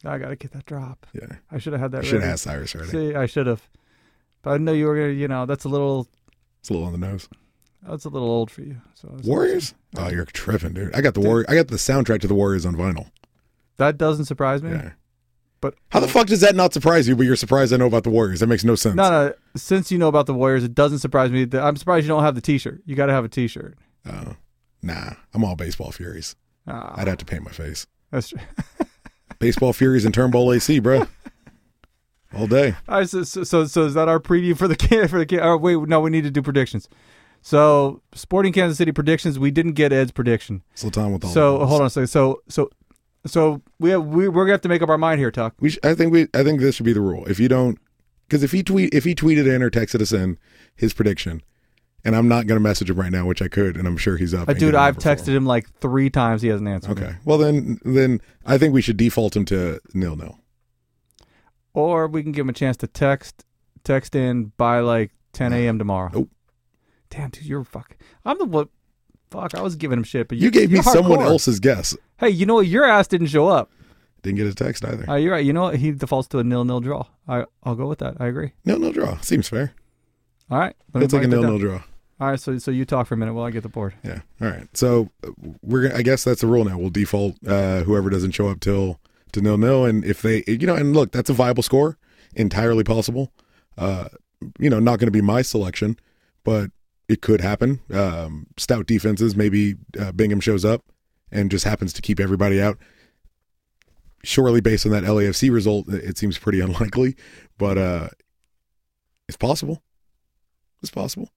I gotta get that drop. Yeah. I should have had that. You should have ready. asked Cyrus already. See, I should have. But I know you were gonna. You know, that's a little. It's a little on the nose. That's a little old for you. So it's- Warriors? Oh, you're tripping, dude. I got the Warrior. I got the soundtrack to the Warriors on vinyl. That doesn't surprise me. But How the fuck does that not surprise you? But you're surprised I know about the Warriors. That makes no sense. No, no. Since you know about the Warriors, it doesn't surprise me. That, I'm surprised you don't have the T-shirt. You got to have a T-shirt. Oh, nah. I'm all baseball furies. Ah. I'd have to paint my face. That's true. Baseball furies and Turnbull AC, bro. All day. All right, so, so so so is that our preview for the kid for the kid? Oh wait, no, we need to do predictions. So, Sporting Kansas City predictions. We didn't get Ed's prediction. Zlatan with all So the hold on a second. So so so we have we we're gonna have to make up our mind here, Tuck. We sh- I think we I think this should be the rule. If you don't, because if he tweet if he tweeted in or texted us in his prediction, and I'm not going to message him right now, which I could, and I'm sure he's up. Uh, and dude, getting I've over for texted him like three times. He hasn't answered. Okay. Well, then then I think we should default him to nil nil. Or we can give him a chance to text text in by like 10 a.m. tomorrow. Nope. Damn, dude, you're fuck. I'm the what? Fuck, I was giving him shit, but you, You gave me you're someone hardcore. else's guess. Hey, you know what? Your ass didn't show up. Didn't get a text either. Uh, you're right. You know what? He defaults to a nil nil draw. I I'll go with that. I agree. Nil nil draw seems fair. All right. I'll take a write that down. nil-nil draw. All right. So so you talk for a minute while I get the board. Yeah. All right. So uh, we're gonna, I guess that's the rule now. We'll default uh, whoever doesn't show up till to nil nil, and if they, you know, and look, that's a viable score, entirely possible. Uh, you know, not going to be my selection, but it could happen. Um, stout defenses, maybe uh, Bingham shows up and just happens to keep everybody out. Surely, based on that LAFC result, it it seems pretty unlikely, but uh, it's possible. It's possible.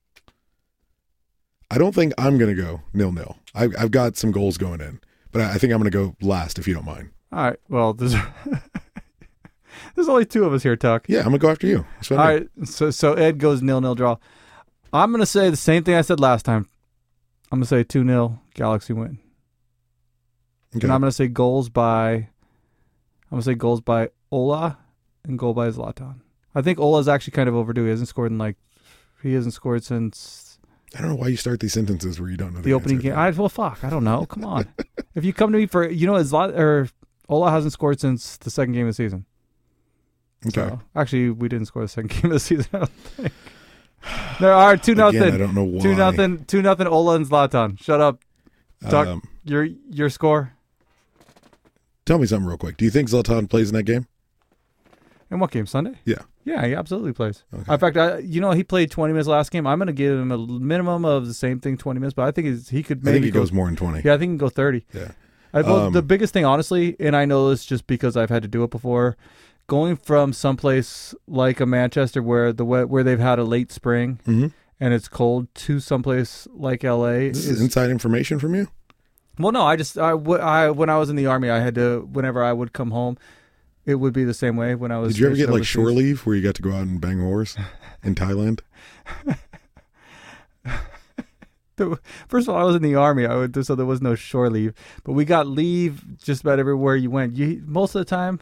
I don't think I'm going to go nil nil. I've, I've got some goals going in, but I, I think I'm going to go last if you don't mind. All right. Well, there's there's only two of us here, Tuck. Yeah, I'm gonna go after you. That's All what I right. So so Ed goes nil nil draw. I'm gonna say the same thing I said last time. I'm gonna say two 0 Galaxy win. Okay. And I'm gonna say goals by. I'm gonna say goals by Ola and goal by Zlatan. I think Ola's actually kind of overdue. He hasn't scored in like he hasn't scored since I don't know why you start these sentences where you don't know the, the opening answer. game. I, well, fuck, I don't know. Come on. if you come to me for you know, as lot or Ola hasn't scored since the second game of the season. Okay. So, actually, we didn't score the second game of the season. I don't think. There are two nothing. I don't know Two why. nothing. Two nothing. Ola and Zlatan. Shut up. Talk Um, your your score. Tell me something real quick. Do you think Zlatan plays in that game? And what game? Sunday. Yeah. Yeah, he absolutely plays. In fact, I, you know, he played 20 minutes last game. I'm going to give him a l- minimum of the same thing, 20 minutes, but I think he's, he could I maybe think he go- goes more than 20. Yeah, I think he can go 30. Yeah. I, well, Um, the biggest thing, honestly, and I know this just because I've had to do it before, going from someplace like a Manchester where the we- where they've had a late spring Mhm. and it's cold to someplace like LA. This is inside information from you. Well, no, I just I, w- I when I was in the army, I had to whenever I would come home, it would be the same way when I was. Did you ever get stationed like shore overseas. leave where you got to go out and bang wars in Thailand? There- First of all, I was in the army, I would, so there was no shore leave. But we got leave just about everywhere you went. You most of the time,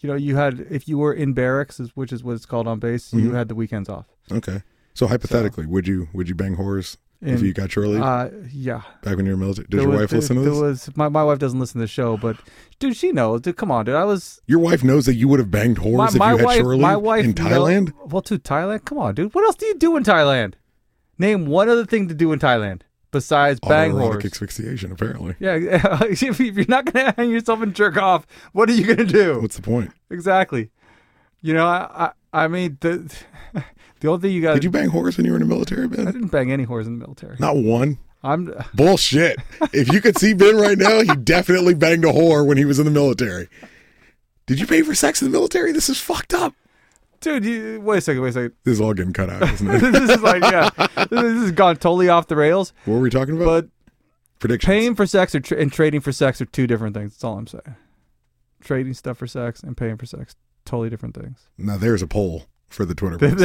you know, you had if you were in barracks, is- which is what it's called on base, you Mhm. had the weekends off. Okay. So hypothetically, would you would you bang whores if And, you got shore leave? Uh, yeah. Back when you were military, did There your was- wife listen to there this? Was, my my wife doesn't listen to the show, but dude, she knows. Dude, come on, dude. I was your wife knows that you would have banged whores my, if you my had wife. shore leave my wife in know- Thailand. well, to Thailand. Come on, dude. What else do you do in Thailand? Name one other thing to do in Thailand besides bang Autoerotic whores. asphyxiation, apparently. Yeah, if you're not going to hang yourself and jerk off, what are you going to do? What's the point? Exactly. You know, I, I, I mean, the the only thing you got. Did you bang whores when you were in the military, Ben? I didn't bang any whores in the military. Not one. I'm Bullshit. if you could see Ben right now, he definitely banged a whore when he was in the military. Did you pay for sex in the military? This is fucked up. dude. You, wait a second. Wait a second. This is all getting cut out, isn't it? this is like, yeah, this, this has gone totally off the rails. What were we talking about? But Predictions. paying for sex or tra- and trading for sex are two different things. That's all I'm saying. Trading stuff for sex and paying for sex, totally different things. Now there's a poll for the Twitter. post.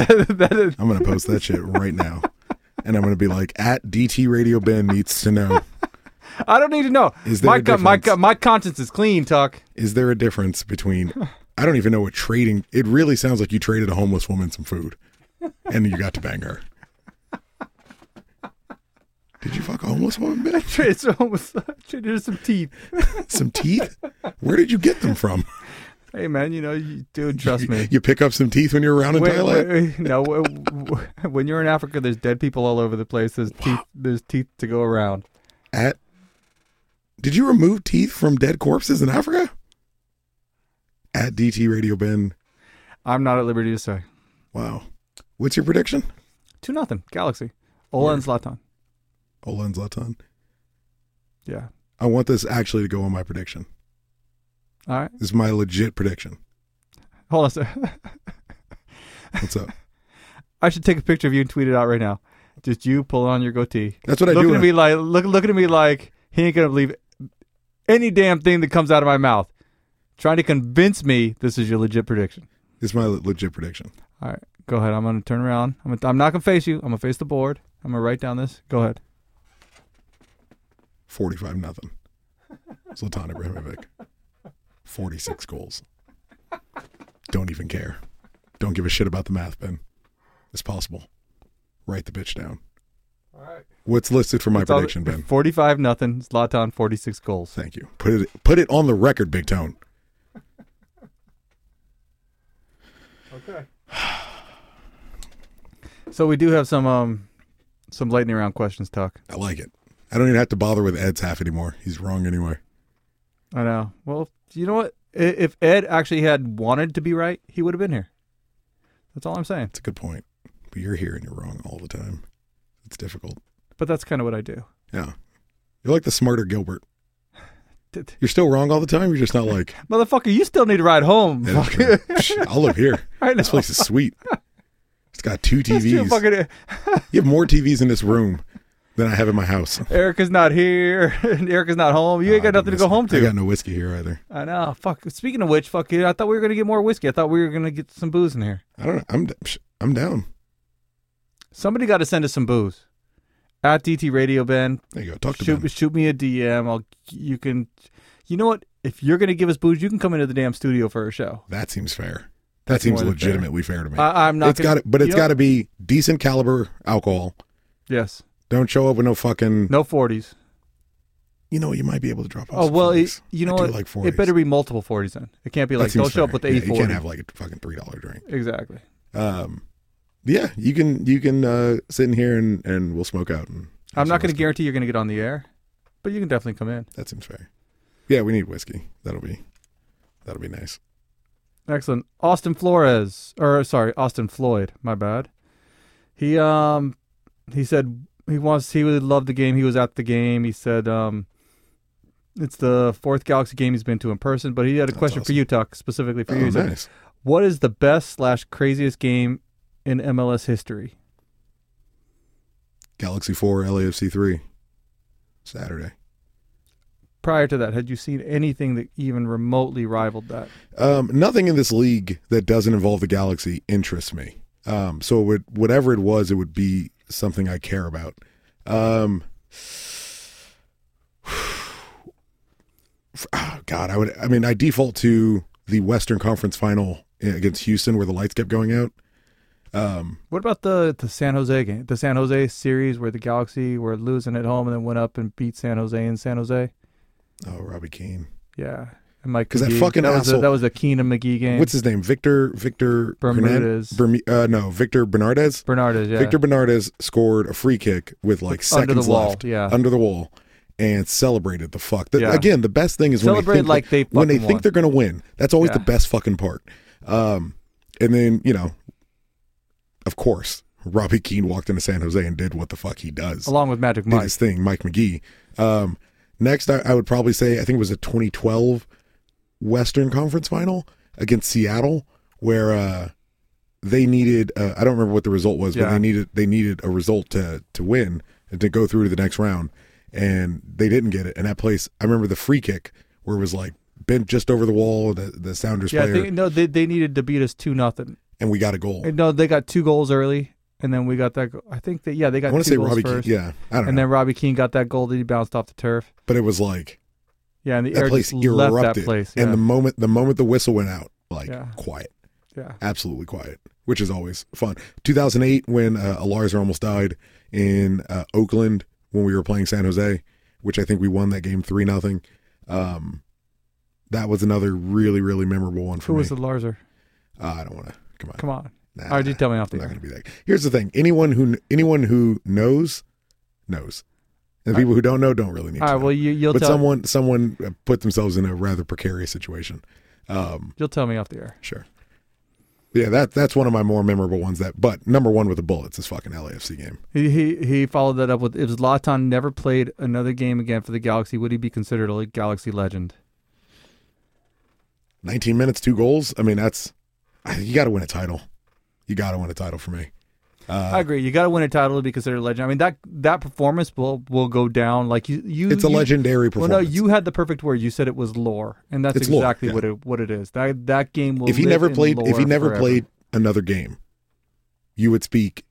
I'm gonna post that shit right now, and I'm gonna be like, at DT Radio Ben needs to know. I don't need to know. Is there my a co- my difference? co- my conscience is clean, Tuck. Is there a difference between? I don't even know what trading. It really sounds like you traded a homeless woman some food, and you got to bang her. Did you fuck a homeless woman, Ben? I traded some homeless. I traded some teeth. some teeth? Where did you get them from? Hey man, you know, you, dude, trust me. You pick up some teeth when you're around in Wait, Thailand. wait, wait, no, w- w- when you're in Africa, there's dead people all over the place. There's teeth. There's teeth to go around. At Did you remove teeth from dead corpses in Africa? At DT Radio Ben. I'm not at liberty to say. Wow. What's your prediction? Two nothing. Galaxy. Ola and Zlatan. Ola and Zlatan. Yeah. I want this actually to go on my prediction. All right. This is my legit prediction. Hold on. a sec. What's up? I should take a picture of you and tweet it out right now. Just you pulling on your goatee. That's what I do looking when At I- me like, look, looking at me like he ain't going to believe any damn thing that comes out of my mouth. Trying to convince me this is your legit prediction. It's my legit prediction. All right, go ahead. I'm going to turn around. I'm, gonna, I'm not going to face you. I'm going to face the board. I'm going to write down this. Go ahead. 45 nothing. Zlatan Ibrahimovic. 46 goals. Don't even care. Don't give a shit about the math, Ben. It's possible. Write the bitch down. What's listed for my It's all- prediction, Ben? 45 nothing. Zlatan 46 goals. Thank you. Put it put it on the record, Big Tone. Okay. So we do have some um some lightning round questions talk. I like it. I don't even have to bother with Ed's half anymore. He's wrong anyway. I know. Well, you know what? I- If Ed actually had wanted to be right, he would have been here. That's all I'm saying. It's a good point. But you're here and you're wrong all the time. It's difficult. But that's kind of what I do. Yeah. You're like the smarter Gilbert. You're still wrong all the time. You're just not like, Motherfucker, you still need to ride home. Yeah, fucker. Psh, I'll live here. I This know. place is sweet. It's got two You TVs. fucking- uh, you have more TVs in this room than I have in my house. Erica's not here. and Erica's not home. You ain't got nothing to go home to. I got no whiskey here either. I know. Fuck. Speaking of which, fuck you. I thought we were gonna get more whiskey. I thought we were gonna get some booze in here. I don't know. I'm psh, I'm down. Somebody got to send us some booze. At DT Radio Ben. There you go. Talk to shoot, shoot me a DM. I'll. You can. You know what? If you're gonna give us booze, you can come into the damn studio for a show. That seems fair. That That's seems more than fair. legitimately fair. to me. I- I'm not It's gonna- got but you it's know- got to be decent caliber alcohol. Yes. Don't show up with no fucking no forties. You know you might be able to drop. Oh off well, 40s. it, you I know do what? Like it 40s. better be multiple forties then. It can't be That like don't seems show up fair. with Yeah, a You forty. can't have like a fucking three dollar drink. exactly. Um, yeah, you can you can uh, sit in here and and we'll smoke out. And I'm not going to guarantee you're going to get on the air, but you can definitely come in. That seems fair. yeah, we need whiskey. That'll be that'll be nice. Excellent. Austin Flores, or sorry, Austin Floyd. My bad. He um, he said he wants he would love the game. He was at the game. He said um, it's the fourth Galaxy game he's been to in person. But he had a question for you, Tuck, specifically for Oh, you. He said, nice. What is the best slash craziest game in MLS history? Galaxy Four, LAFC Three, Saturday. Prior to that, had you seen anything that even remotely rivaled that? Um, nothing in this league that doesn't involve the galaxy interests me. Um, so it would, whatever it was, it would be something I care about. Um, oh, God, I would. I mean, I default to the Western Conference Final against Houston, where the lights kept going out. Um, What about the the San Jose game? The San Jose series where the Galaxy were losing at home and then went up and beat San Jose in San Jose. oh, Robbie Keane. Yeah, and Mike 'Cause that McGee. fucking that was a, asshole- that was a Keenan McGee game. What's his name? Victor Victor Mm. Bermudez. Bernan- Berm- uh, no, Victor Bernardes. Bernardes, yeah. Victor Bernardes scored a free kick with like With- under the seconds wall, left, yeah. under the wall, and celebrated the fuck. The- Yeah. Again, the best thing is Celebrate when they think like they when they fucking think won. they're gonna win. That's always Yeah. the best fucking part. Um, and then you know, of course, Robbie Keane walked into San Jose and did what the fuck he does, Along with Magic Did Mike. his thing, Mike McGee. Um, next, I, I would probably say I think it was a 2012 Western Conference Final against Seattle, where uh, they needed uh, I don't remember what the result was, but Yeah. they needed they needed a result to to win and to go through to the next round, and they didn't get it. And that place, I remember the free kick where it was like bent just over the wall, the the Sounders yeah, I player, think, no, they they needed to beat us two nothing. and we got a goal. And No, they got two goals early, and then we got that. go- I think that yeah, they I got. wanna two say goals Robbie Keane- first, yeah, I don't and know. then Robbie Keane got that goal that he bounced off the turf. But it was like Yeah, and the that air place just left erupted, that place. Yeah. and the moment the moment the whistle went out, like Yeah. quiet, Yeah. absolutely quiet, which is always fun. 2008 when uh, Alarza almost died in uh, Oakland when we were playing San Jose, which I think we won that game three nothing. Um, that was another really really memorable one for who me. was the Larzer? Uh, I don't want to. Come on. Come on. Nah, All right, you tell me off the I'm not air. going to be that. Here's the thing: anyone who kn- anyone who knows knows, and the people who don't know don't really need. All to right, know. well, you- you'll but tell- someone someone uh, put themselves in a rather precarious situation. Um, You'll tell me off the air. Sure. yeah, that that's one of my more memorable ones. That but number one with the bullets is fucking LAFC game. He, he he followed that up with if Zlatan never played another game again for the Galaxy, would he be considered a Galaxy legend? 19 minutes, two goals. I mean, that's I- you got to win a title. You got to win a title for me. I agree. You got to win a title to be considered a legend. I mean that that performance will will go down like you. you It's a you- legendary Well, no, performance. you had the perfect word. You said it was lore, and that's It's lore, exactly yeah. what it what it is. That that game will. if he live never in played if he lore never forever. played another game you would speak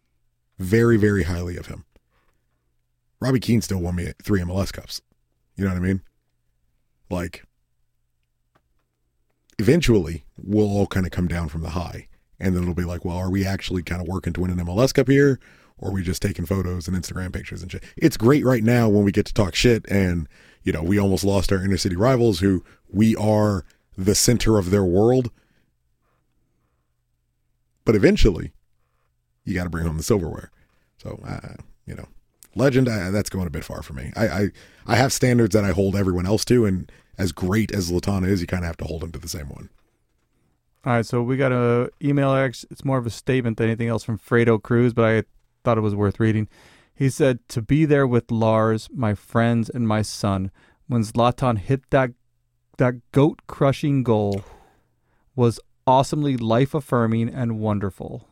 very very highly of him robbie keane still won me three mls cups you know what i mean like eventually we'll all kind of come down from the high and then it'll be like well are we actually kind of working to win an mls cup here or are we just taking photos and instagram pictures and shit it's great right now when we get to talk shit and you know we almost lost our inner city rivals who we are the center of their world but eventually you got to bring home the silverware so uh, you know legend uh, that's going a bit far for me I, I i have standards that i hold everyone else to and as great as latana is you kind of have to hold him to the same one All right, so we got a email. ex- It's more of a statement than anything else from Fredo Cruz, but I thought it was worth reading. He said, "To be there with Lars, my friends, and my son when Zlatan hit that that goat crushing goal was awesomely life affirming and wonderful.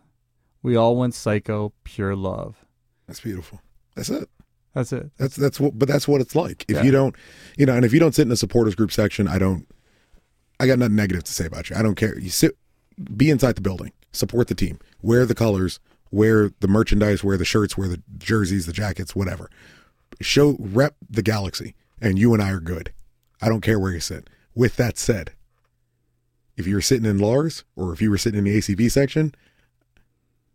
We all went psycho, pure love. That's beautiful. That's it. That's it. That's that's what, but that's what it's like. If Yeah. you don't, you know, and if you don't sit in a supporters group section, I don't. I got nothing negative to say about you. I don't care. You sit, be inside the building, support the team, wear the colors, wear the merchandise, wear the shirts, wear the jerseys, the jackets, whatever. Show rep the galaxy, and you and I are good. I don't care where you sit. With that said, if you were sitting in Lars or if you were sitting in the ACV section,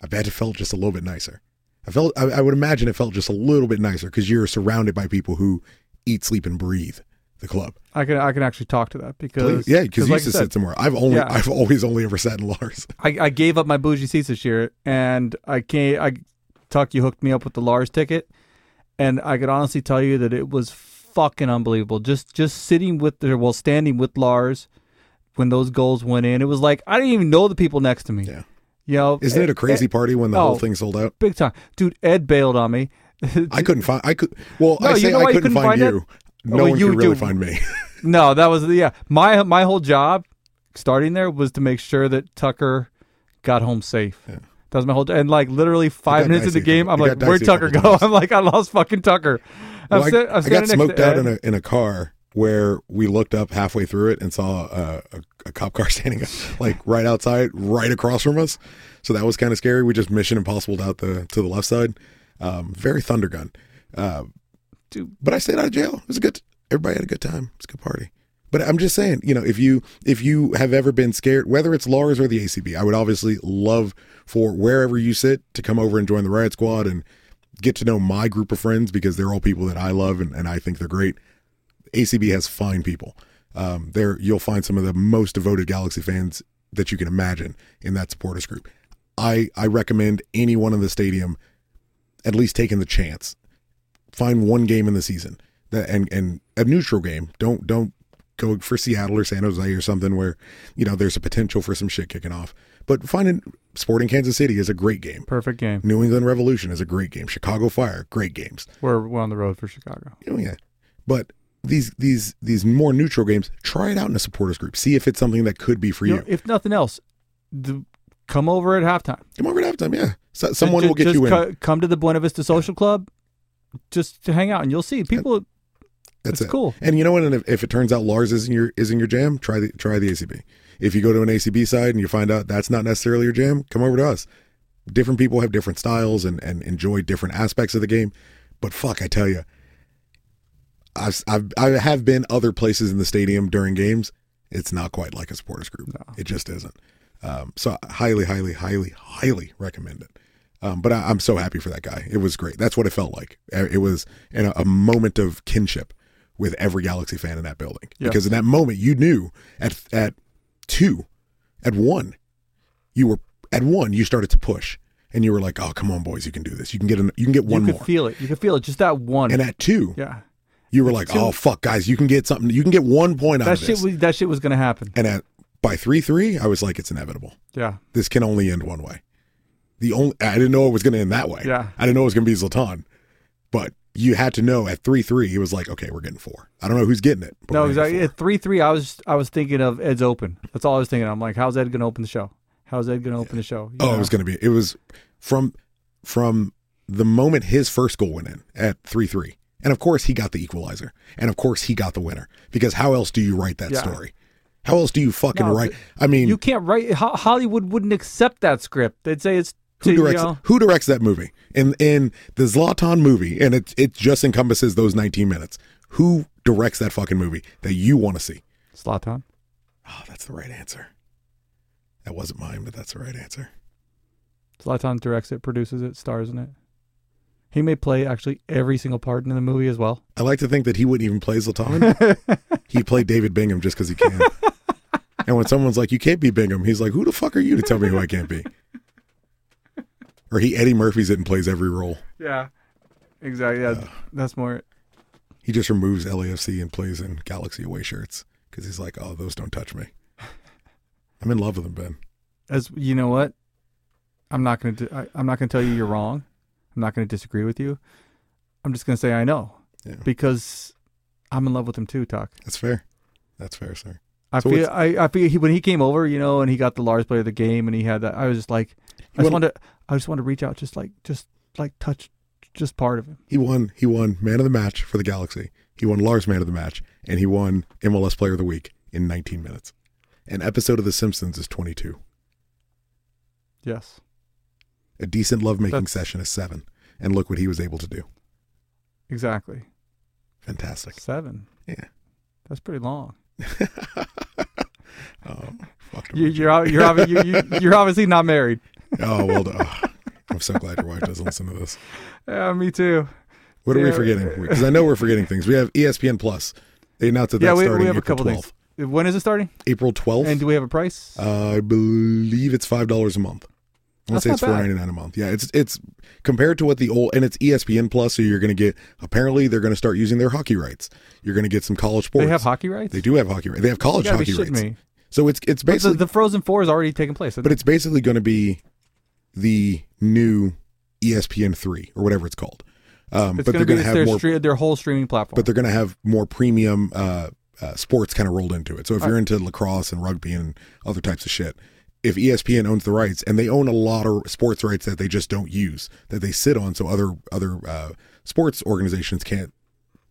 I bet it felt just a little bit nicer. I felt I, I would imagine it felt just a little bit nicer because you're surrounded by people who eat, sleep, and breathe the club. I can I can actually talk to that because Please. Yeah, because you Uh, like I used to said- sit somewhere. I've only Yeah. I've always only ever sat in Lars. I, I gave up my bougie seats this year, and I can't. I Tuck, you hooked me up with the Lars ticket, and I could honestly tell you that it was fucking unbelievable. Just just sitting with the well, standing with Lars when those goals went in, it was like I didn't even know the people next to me. Yeah, you know, Isn't it a crazy party when the whole oh, thing sold out? Big time, dude. Ed bailed on me. I couldn't find. I could. Well, No, I you say know I why you couldn't, couldn't find, find it? you. No Well, one you could really do- find me. no, that was yeah. My my whole job starting there was to make sure that Tucker got home safe. That was my whole and like literally five got minutes into dicey the a game, couple- I'm it like, got where'd dicey a Tucker couple go? I'm like, I lost fucking Tucker. I'm Well, I, sit- I'm I standing got next to smoked out in Ed. a in a car where we looked up halfway through it and saw uh, a, a cop car standing like right outside, right across from us. So that was kind of scary. We just Mission Impossible out the to the left side. Um, very Thunder Gun. Uh, but I stayed out of jail. It was a good. Everybody had a good time. It's a good party. But I'm just saying, you know, if you if you have ever been scared, whether it's Lars or the ACB, I would obviously love for wherever you sit to come over and join the Riot Squad and get to know my group of friends because they're all people that I love and, and I think they're great. ACB has fine people. Um, there you'll find some of the most devoted Galaxy fans that you can imagine in that supporters group. I I recommend anyone in the stadium at least taking the chance find one game in the season that and and a neutral game. Don't don't go for Seattle or San Jose or something where you know there's a potential for some shit kicking off. But finding Sporting Kansas City is a great game. Perfect game. New England Revolution is a great game. Chicago Fire, great games. We're we're on the road for Chicago. You know, yeah. But these these these more neutral games, try it out in a supporters group. See if it's something that could be for You you. know, if nothing else, the, come over at halftime. Come over at halftime, yeah. So, Ju- someone ju- will get just you in. co- come to the Buena Vista Social Club just to hang out, and you'll see people. That's it's it. cool. And you know what? And if, if it turns out Lars isn't your isn't your jam, try the try the ACB. If you go to an ACB side and you find out that's not necessarily your jam, come over to us. Different people have different styles and and enjoy different aspects of the game. But fuck, I tell you, I've I've I have been other places in the stadium during games. It's not quite like a supporters group. It just isn't. Um, so I highly, highly, highly, highly recommend it. Um, but I, I'm so happy for that guy. It was great. That's what it felt like. Uh, It was in a, a moment of kinship with every Galaxy fan in that building. Yeah. Because in that moment, you knew at at two, at one, you were at one. You started to push, and you were like, "Oh, come on, boys, you can do this. You can get an, you can get one you more." could feel it. You could feel it. Just that one. and at two, yeah, you were like, two- "Oh, fuck, guys, you can get something. You can get one point out that of shit. this." Was, that shit was gonna happen. and at by three three, I was like, "It's inevitable. Yeah. This can only end one way." The only I didn't know it was going to end that way. Yeah. I didn't know it was going to be Zlatan, but you had to know at three three. He was like, "Okay, we're getting four. I don't know who's getting it." No, exactly. At three three, I was I was thinking of Ed's open. That's all I was thinking. I'm like, how's Ed gonna open the show? How's Ed gonna open the show? You Oh, know? it was going to be. It was from from the moment his first goal went in at 3 3. And of course, he got the equalizer. And of course, he got the winner. Because how else do you write that Yeah. story? How else do you fucking No, write? I mean, you can't write. Ho- Hollywood wouldn't accept that script. They'd say it's who too, directs you know, who directs that movie in in the Zlatan movie and it it just encompasses those 19 minutes who directs that fucking movie that you want to see Zlatan oh that's the right answer that wasn't mine but that's the right answer Zlatan directs it, produces it, stars in it. He may play actually every single part in the movie as well. I like to think that he wouldn't even play Zlatan he played David Bingham just because he can and when someone's like you can't be Bingham he's like who the fuck are you to tell me who I can't be or he Eddie Murphy's it and plays every role Yeah, exactly. Yeah, Uh. that's more. he just removes LAFC and plays in Galaxy away shirts because he's like, oh, those don't touch me. I'm in love with him, Ben. As you know, what I'm not gonna di- I, I'm not gonna tell you you're wrong. I'm not gonna disagree with you. I'm just gonna say I know because I'm in love with him too. Talk. That's fair. That's fair, sir. I So feel what's- I, I feel he, when he came over, you know, and he got the largest player of the game, and he had that. I was just like, I just won- wanted to, I just wanted to reach out, just like just like touch just part of him. He won. He won Man of the Match for the Galaxy. He won Lars Man of the Match, and he won MLS Player of the Week in 19 minutes. An episode of The Simpsons is 22. Yes, A decent lovemaking session is seven. And look what he was able to do. exactly. Fantastic. Seven. Yeah, that's pretty long. oh, fuck you, you're ob- you're, obvi- you, you, you're obviously not married. Oh well, done. Oh, I'm so glad your wife doesn't listen to this. Yeah, me too. What are we Yeah. forgetting? Because I know we're forgetting things. We have E ESPN Plus. They announced that yeah, that's we, starting we have a April couple 12th. things. When is it starting? April 12th. And do we have a price? Uh, I believe it's five dollars a month. I want That's to say it's not four bad. ninety nine a month. Yeah, it's it's compared to what the old and it's E ESPN Plus, so you're going to get. Apparently, they're going to start using their hockey rights. You're going to get some college sports. They have hockey rights? They do have hockey rights. They have college You gotta be hockey shitting rights. me. So it's it's But the- basically the, Frozen Four is already taking place. but it's basically going to be the new E ESPN three or whatever it's called. Um, it's but they're gonna going be to it's have their, more. stre- their whole streaming platform. But they're going to have more premium uh, uh, sports kind of rolled into it. So if Right. you're into lacrosse and rugby and other types of shit, if E ESPN owns the rights and they own a lot of sports rights that they just don't use, that they sit on, so other other uh, sports organizations can't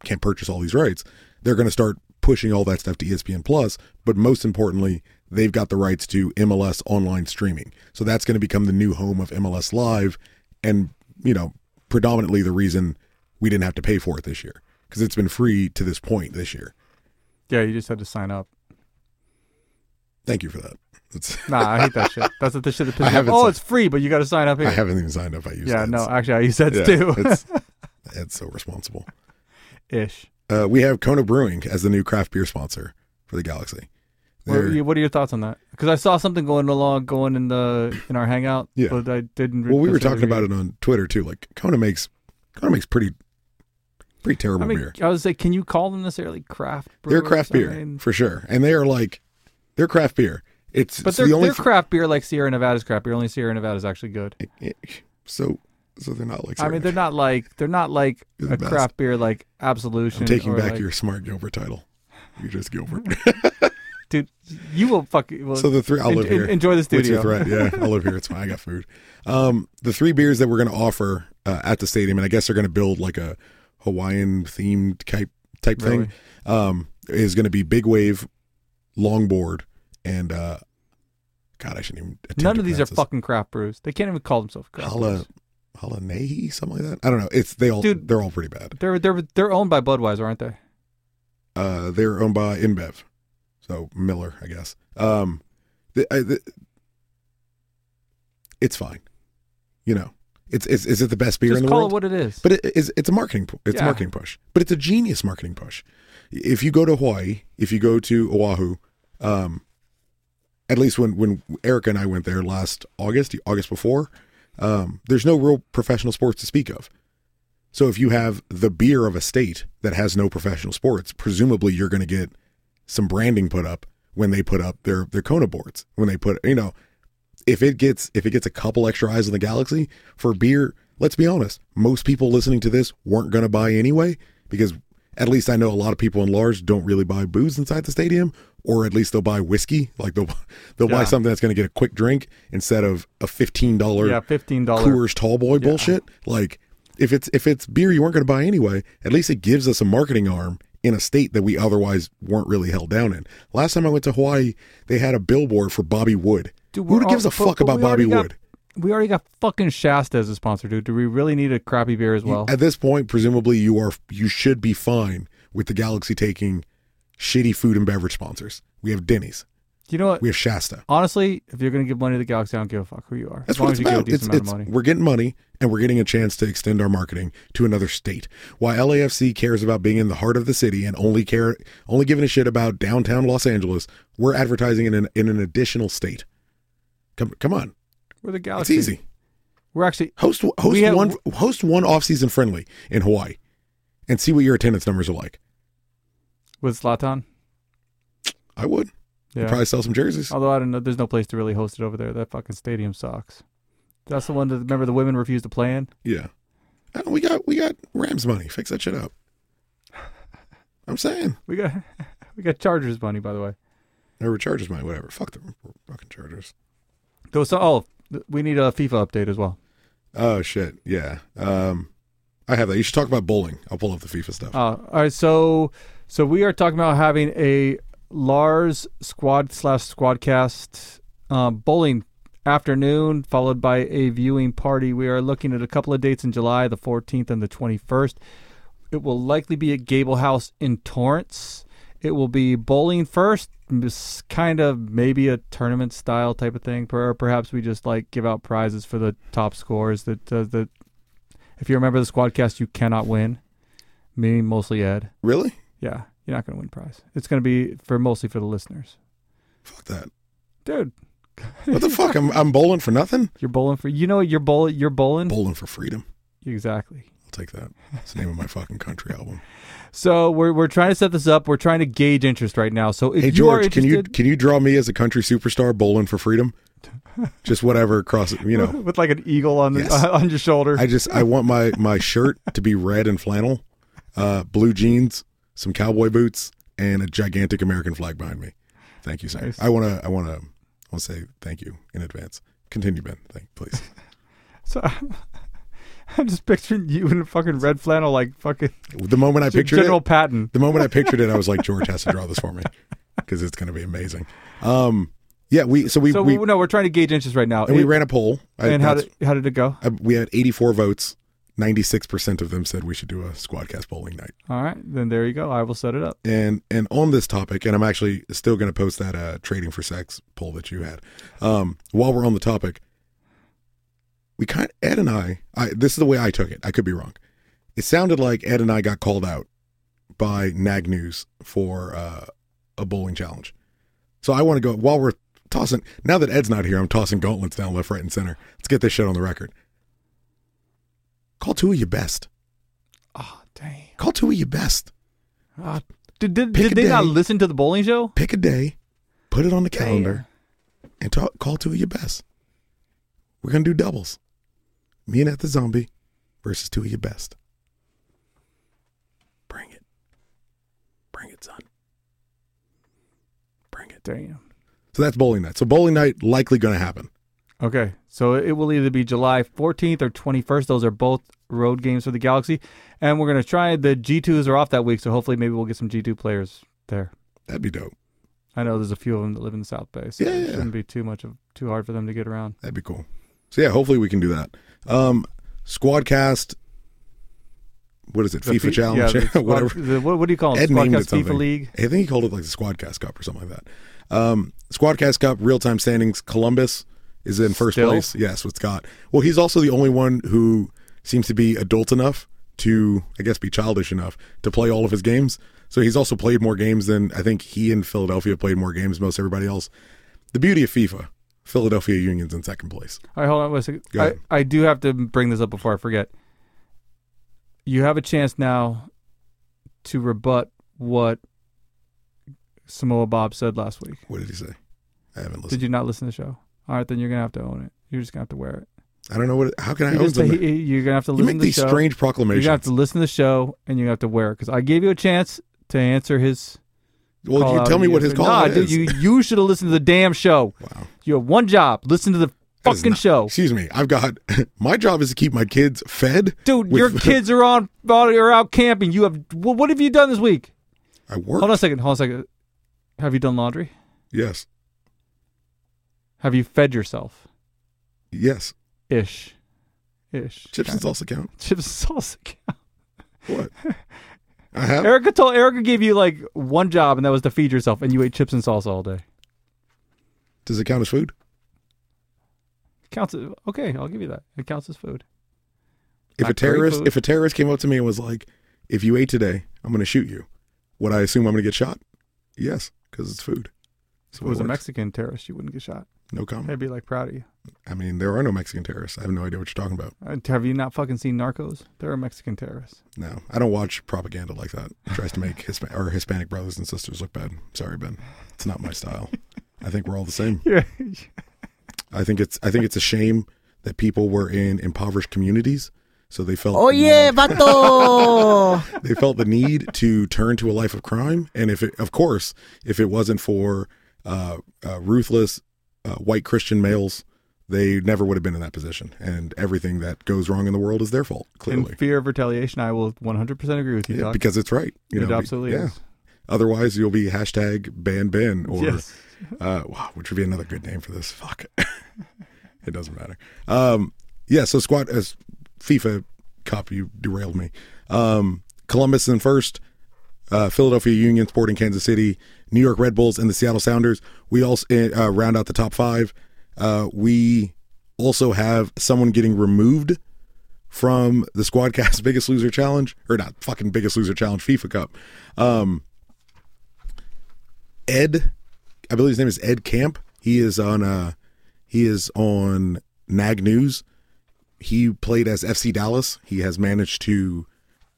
can't purchase all these rights, they're going to start pushing all that stuff to E ESPN Plus. But most importantly, they've got the rights to MLS online streaming. So that's going to become the new home of MLS Live, and you know, predominantly the reason we didn't have to pay for it this year because it's been free to this point this year. yeah, you just had to sign up. Thank you for that. That's- Nah, I hate that shit. That's the shit that pisses I me off. haven't Oh, si- it's free, but you got to sign up here. I haven't even signed up. I use Yeah, Eds. no, actually, I use Eds Yeah, too. it's, it's so responsible. Ish. Uh, we have Kona Brewing as the new craft beer sponsor for the Galaxy. What are, They're- you, what are your thoughts on that? Because I saw something going along going in the in our hangout, Yeah. but I didn't. re- Well, we were consider talking about it on Twitter too. Like Kona makes Kona makes pretty pretty terrible I mean, beer. I would say, can you call them necessarily craft? They're brewers? craft I beer mean, for sure, and they are like they're craft beer. It's but it's they're, the only they're craft beer like Sierra Nevada's craft beer. Only Sierra Nevada is actually good. so so they're not like. I mean, they're not like they're not like You're the a best. craft beer like Absolution. I'm taking or, back like- your smart Gilbert title. You're just Gilbert. dude. You will fucking. Well, so the three, I'll en- live en- here. Enjoy the What's studio. your threat? Yeah, I'll live here. It's fine. I got food. Um, the three beers that we're going to offer uh, at the stadium, and I guess they're going to build like a Hawaiian themed type type Really? thing. Um, is going to be Big Wave, Longboard, and uh, God, I shouldn't even. attempt None to of these are pronounce this. fucking craft brews. They can't even call themselves craft Hala, brews. Hala Nehi, something like that. I don't know. It's they all Dude. they're all pretty bad. They're they're they're owned by Budweiser, aren't they? Uh, they're owned by InBev, so Miller, I guess. Um, the, I, the, it's fine. You know, it's is, is it the best beer Just in the call world? it what it is. But it is it's a marketing pu- it's Yeah. a marketing push. But it's a genius marketing push. If you go to Hawaii, if you go to Oahu, um, at least when when Erica and I went there last August, the August before, um, there's no real professional sports to speak of. So if you have the beer of a state that has no professional sports, presumably you're going to get some branding put up when they put up their their Kona boards. When they put, you know, if it gets if it gets a couple extra eyes on the galaxy for beer, let's be honest, most people listening to this weren't going to buy anyway because at least I know a lot of people in large don't really buy booze inside the stadium, or at least they'll buy whiskey. Like they'll they'll Yeah. buy something that's going to get a quick drink instead of a fifteen dollar Yeah, $15. Coors Tall Boy bullshit. Like if it's if it's beer you weren't going to buy anyway, at least it gives us a marketing arm in a state that we otherwise weren't really held down in. Last time I went to Hawaii, they had a billboard for Bobby Wood. Dude, Who we're gives all- a but- fuck but about we Bobby already got- Wood? we already got fucking Shasta as a sponsor, dude. Do we really need a crappy beer as well? At this point, presumably you are you should be fine with the Galaxy taking shitty food and beverage sponsors. We have Denny's. You know what? We have Shasta. Honestly, if you're gonna give money to the Galaxy, I don't give a fuck who you are. That's as long what it's as you give a about. decent It's, amount it's- of money. we're getting money and we're getting a chance to extend our marketing to another state. Why LAFC cares about being in the heart of the city and only care only giving a shit about downtown Los Angeles, we're advertising in an in an additional state. Come come on. We're the It's Galaxy. easy. We're actually Host host we have- one host one off season friendly in Hawaii and see what your attendance numbers are like. with Zlatan. I would. We'd probably sell some jerseys. Although I don't know, there's no place to really host it over there. That fucking stadium sucks. That's the one that remember the women refused to play in. Yeah. I don't- we got we got Rams money. Fix that shit up. I'm saying we got we got Chargers money by the way. Or Chargers money, whatever. Fuck the fucking Chargers. Those oh, we need a FIFA update as well. Oh shit. Yeah. Um I have that. You should talk about bowling. I'll pull up the FIFA stuff. Uh, all right, so so we are talking about having a Lars squad slash squadcast um, bowling afternoon, followed by a viewing party. We are looking at a couple of dates in July, the 14th and the 21st. It will likely be at Gable House in Torrance. It will be bowling first, this kind of maybe a tournament style type of thing. Per- Perhaps we just like give out prizes for the top scores. That uh, that if you remember the squadcast, you cannot win. Me mostly Ed. Really? Yeah, you're not going to win prize. It's going to be for mostly for the listeners. Fuck that, dude. What the fuck? I'm I'm bowling for nothing. You're bowling for you know you're bowling you're bowling bowling for freedom. Exactly. I'll take that. It's the name of my fucking country album. So we're we're trying to set this up. We're trying to gauge interest right now. So if hey you are George, interested, can you can you draw me as a country superstar bowling for freedom? Just whatever across it, you know. with like an eagle on the, Yes. on your shoulder. I just I want my my shirt to be red and flannel, uh, blue jeans, some cowboy boots, and a gigantic American flag behind me. Thank you, Sam. Nice. I wanna I wanna I wanna say thank you in advance. Continue, Ben. Thank please. so I'm, I'm just picturing you in a fucking red flannel, like fucking The moment I Gen- pictured General it, Patton. The moment I pictured it, I was like, George has to draw this for me because it's going to be amazing. Um, yeah, we so we so we, no, we're trying to gauge interest right now. and we It- ran a poll. I- and how that's- did how did it go? I- Uh, we had 84 votes. 96 percent of them said we should do a squadcast bowling night. All right, then there you go. I will set it up. and and on this topic and i'm actually still going to post that uh trading for sex poll that you had um while we're on the topic we kind ed and I, I this is the way i took it i could be wrong it sounded like ed and i got called out by nag news for uh a bowling challenge so i want to go while we're tossing now that ed's not here i'm tossing gauntlets down left right and center let's get this shit on the record call two of your best oh dang call two of your best Ah, did did, Pick did a they not day. listen to the bowling show? pick a day, put it on the calendar, and talk, call two of your best. We're gonna do doubles. Me and at the zombie versus two of your best. Bring it. Bring it, son. Bring it. Damn. So that's bowling night. So bowling night likely gonna happen. Okay, so it will either be July 14th or 21st. Those are both road games for the Galaxy, and we're gonna try the G2s are off that week, so hopefully maybe we'll get some G2 players there. That'd be dope. I know there's a few of them that live in the South Bay, so Yeah, it yeah. shouldn't be too much of too hard for them to get around. That'd be cool. So yeah, hopefully we can do that. Um, Squadcast. What is it? The FIFA fi- challenge, yeah, the squad- whatever. the- what- what do you call 'em? Ed named Squadcast it something. FIFA League? I think he called it like the Squadcast Cup or something like that. Um, Squadcast Cup real time standings. Columbus is in first Still? place. Yes, with Scott. Well, he's also the only one who seems to be adult enough to, I guess, be childish enough to play all of his games. So he's also played more games than I think he and Philadelphia played more games than most everybody else. The beauty of FIFA. Philadelphia Union's in second place. All right, hold on, wait a second. Go I, ahead. I do have to bring this up before I forget. You have a chance now to rebut what Samoa Bob said last week. What did he say? I haven't listened. Did you not listen to the show? All right, then you're gonna have to own it. You're just gonna have to wear it. I don't know what. How can I You own just- them? he- you're gonna have to You listen make to the these show. strange proclamations. You're gonna have to listen to the show and you have to wear because I gave you a chance to answer his. Well, you call-out, tell me and what his answered- call-out nah, dude, is. you you should have listened to the damn show. Wow. You have one job. Listen to the fucking show. Excuse me. I've got my job is to keep my kids fed. Dude, with- your kids are on are out camping. You have wh- what have you done this week? I work. Hold on a second. Hold on a second. Have you done laundry? Yes. Have you fed yourself? Yes. Ish. Ish. Chips and salsa count. Chips and salsa count. What? I have. Erica told Erica gave you like one job, and that was to feed yourself, and you ate chips and salsa all day. Does it count as food? Counts. as- Okay, I'll give you that. It counts as food. If a Not great terrorist, food. if a terrorist came up to me and was like, "If you ate today, I'm going to shoot you," would I assume I'm going to get shot? Yes, because it's food. If So it was a works. Mexican terrorist, you wouldn't get shot. No comment. I'd be like proud of you. I mean, there are no Mexican terrorists. I have no idea what you're talking about. Uh, Have you not fucking seen Narcos? They're a Mexican terrorist. No, I don't watch propaganda like that. It tries to make Hispa- our Hispanic brothers and sisters look bad. Sorry, Ben. It's not my style. I think we're all the same. Yeah. I think it's I think it's a shame that people were in impoverished communities, so they felt Oye, vato. they felt the need to turn to a life of crime. And if it, of course, if it wasn't for uh, uh, ruthless uh, white Christian males, they never would have been in that position. And everything that goes wrong in the world is their fault. Clearly, In fear of retaliation, I will 100% agree with you, yeah, Doc. because it's right. You it know, be- absolutely yeah. is. Otherwise, you'll be hashtag ban Ben or Yes. uh, wow, which would be another good name for this. Fuck, it doesn't matter. Um, yeah, so squad as FIFA cop, you derailed me. Um, Columbus in first, uh, Philadelphia Union Sporting Kansas City, New York Red Bulls, and the Seattle Sounders. We also uh, round out the top five. Uh, we also have someone getting removed from the Squadcast Biggest Loser Challenge, or not fucking Biggest Loser Challenge FIFA Cup. Um, Ed, I believe his name is Ed Camp. He is on uh he is on Nag News. He played as FC Dallas. He has managed to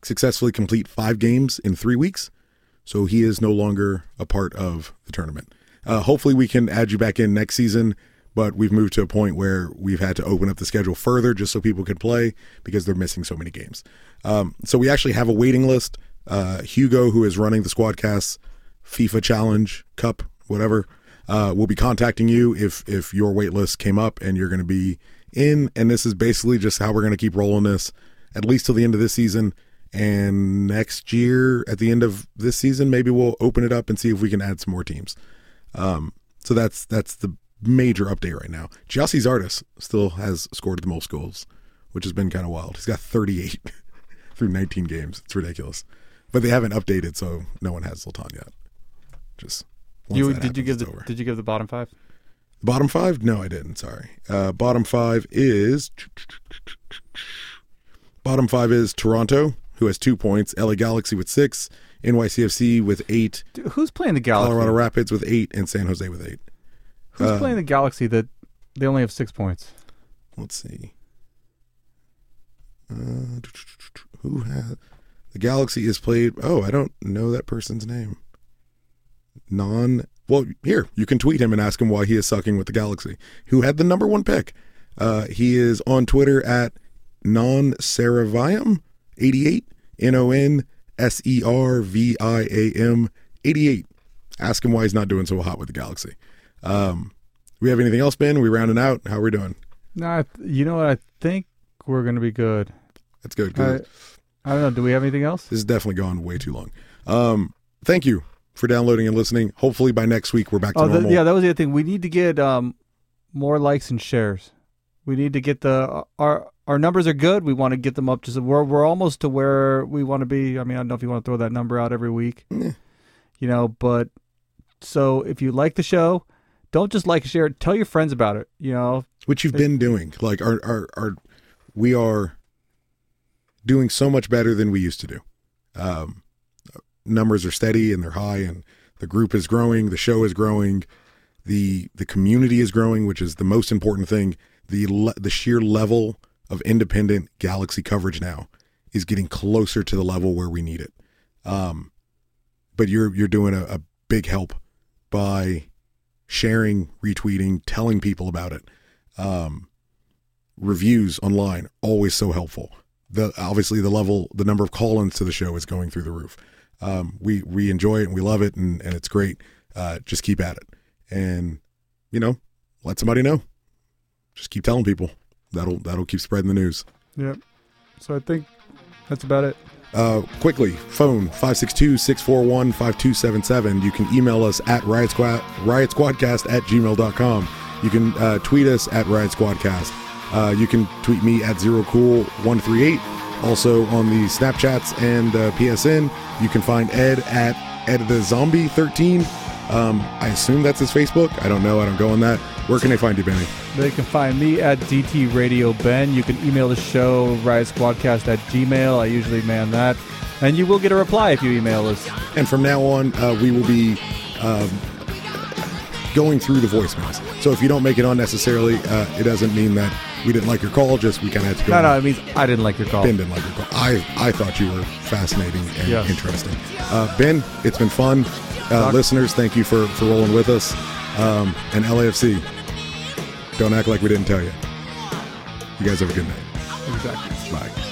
successfully complete five games in three weeks, so he is no longer a part of the tournament. Uh, hopefully, we can add you back in next season, but we've moved to a point where we've had to open up the schedule further just so people could play because they're missing so many games. Um, so we actually have a waiting list. Uh, Hugo, who is running the Squadcast FIFA Challenge Cup, whatever, uh, we'll be contacting you if if your wait list came up and you're going to be in. And this is basically just how we're going to keep rolling this at least till the end of this season. And next year, at the end of this season, maybe we'll open it up and see if we can add some more teams. Um, so that's that's the major update right now. Jossie's artist still has scored the most goals, which has been kind of wild. He's got 38 through 19 games. It's ridiculous, but they haven't updated, so no one has Zlatan yet. Just once You that did you give the did you give the bottom five? Bottom five? No, I didn't. Sorry. Uh, bottom five is bottom five is Toronto, who has two points. LA Galaxy with six. NYCFC with eight. who's playing the Galaxy? Colorado Rapids with eight, and San Jose with eight. Who's Uh, playing the Galaxy that they only have six points? Let's see. Uh, who has the Galaxy is played? Oh, I don't know that person's name. Non. Well, here you can tweet him and ask him why he is sucking with the Galaxy. Who had the number one pick? Uh, he is on Twitter at non serivium eighty eight n o n s e r v i a m eighty eight. Ask him why he's not doing so hot with the Galaxy. Um, we have anything else, Ben? We rounding out? How are we doing? No, I th- you know what? I think we're gonna be good. That's good. I, 'cause I don't know. Do we have anything else? This has definitely gone way too long. Um, thank you for downloading and listening. Hopefully by next week we're back to Oh, normal. the, yeah, that was the other thing. We need to get um, more likes and shares. We need to get the our our numbers are good. We want to get them up to we're we're almost to where we want to be. I mean, I don't know if you want to throw that number out every week, you know. But so if you like the show, don't just like and share it. Tell your friends about it. You know, Which you've been doing. Like our, our our we are doing so much better than we used to do. Um, numbers are steady and they're high and the group is growing, the show is growing, the the community is growing, which is the most important thing. The le- the sheer level of independent galaxy coverage now is getting closer to the level where we need it. Um, but you're you're doing a, a big help by sharing, retweeting, telling people about it. Um, reviews online always so helpful. The obviously the level, the number of call-ins to the show is going through the roof. Um, we we enjoy it and we love it and and it's great. Uh, just keep at it, and you know, let somebody know. Just keep telling people. That'll that'll keep spreading the news. Yep. So I think that's about it. Uh, quickly, phone 562-641-5277. You can email us at riot squad riot squadcast at gmail.com. You can uh, tweet us at riot squadcast. Uh, you can tweet me at zero cool one three eight. Also on the Snapchats and uh, PSN, you can find Ed at Ed the Zombie thirteen. Um, I assume that's his Facebook. I don't know. I don't go on that. Where can I find you, Benny? They can find me at DT Radio Ben. You can email the show, Riot Squadcast at Gmail. I usually man that. And you will get a reply if you email us. And from now on, uh, we will be um, going through the voicemails. So if you don't make it on necessarily, uh, it doesn't mean that we didn't like your call. Just we kind of had to go. No, no, on. it means I didn't like your call. Ben didn't like your call. I, I thought you were fascinating and Yes. interesting. Uh, ben, it's been fun. Uh, Doc. listeners, thank you for, for rolling with us. Um, and LAFC, don't act like we didn't tell you. You guys have a good night. Exactly. Bye.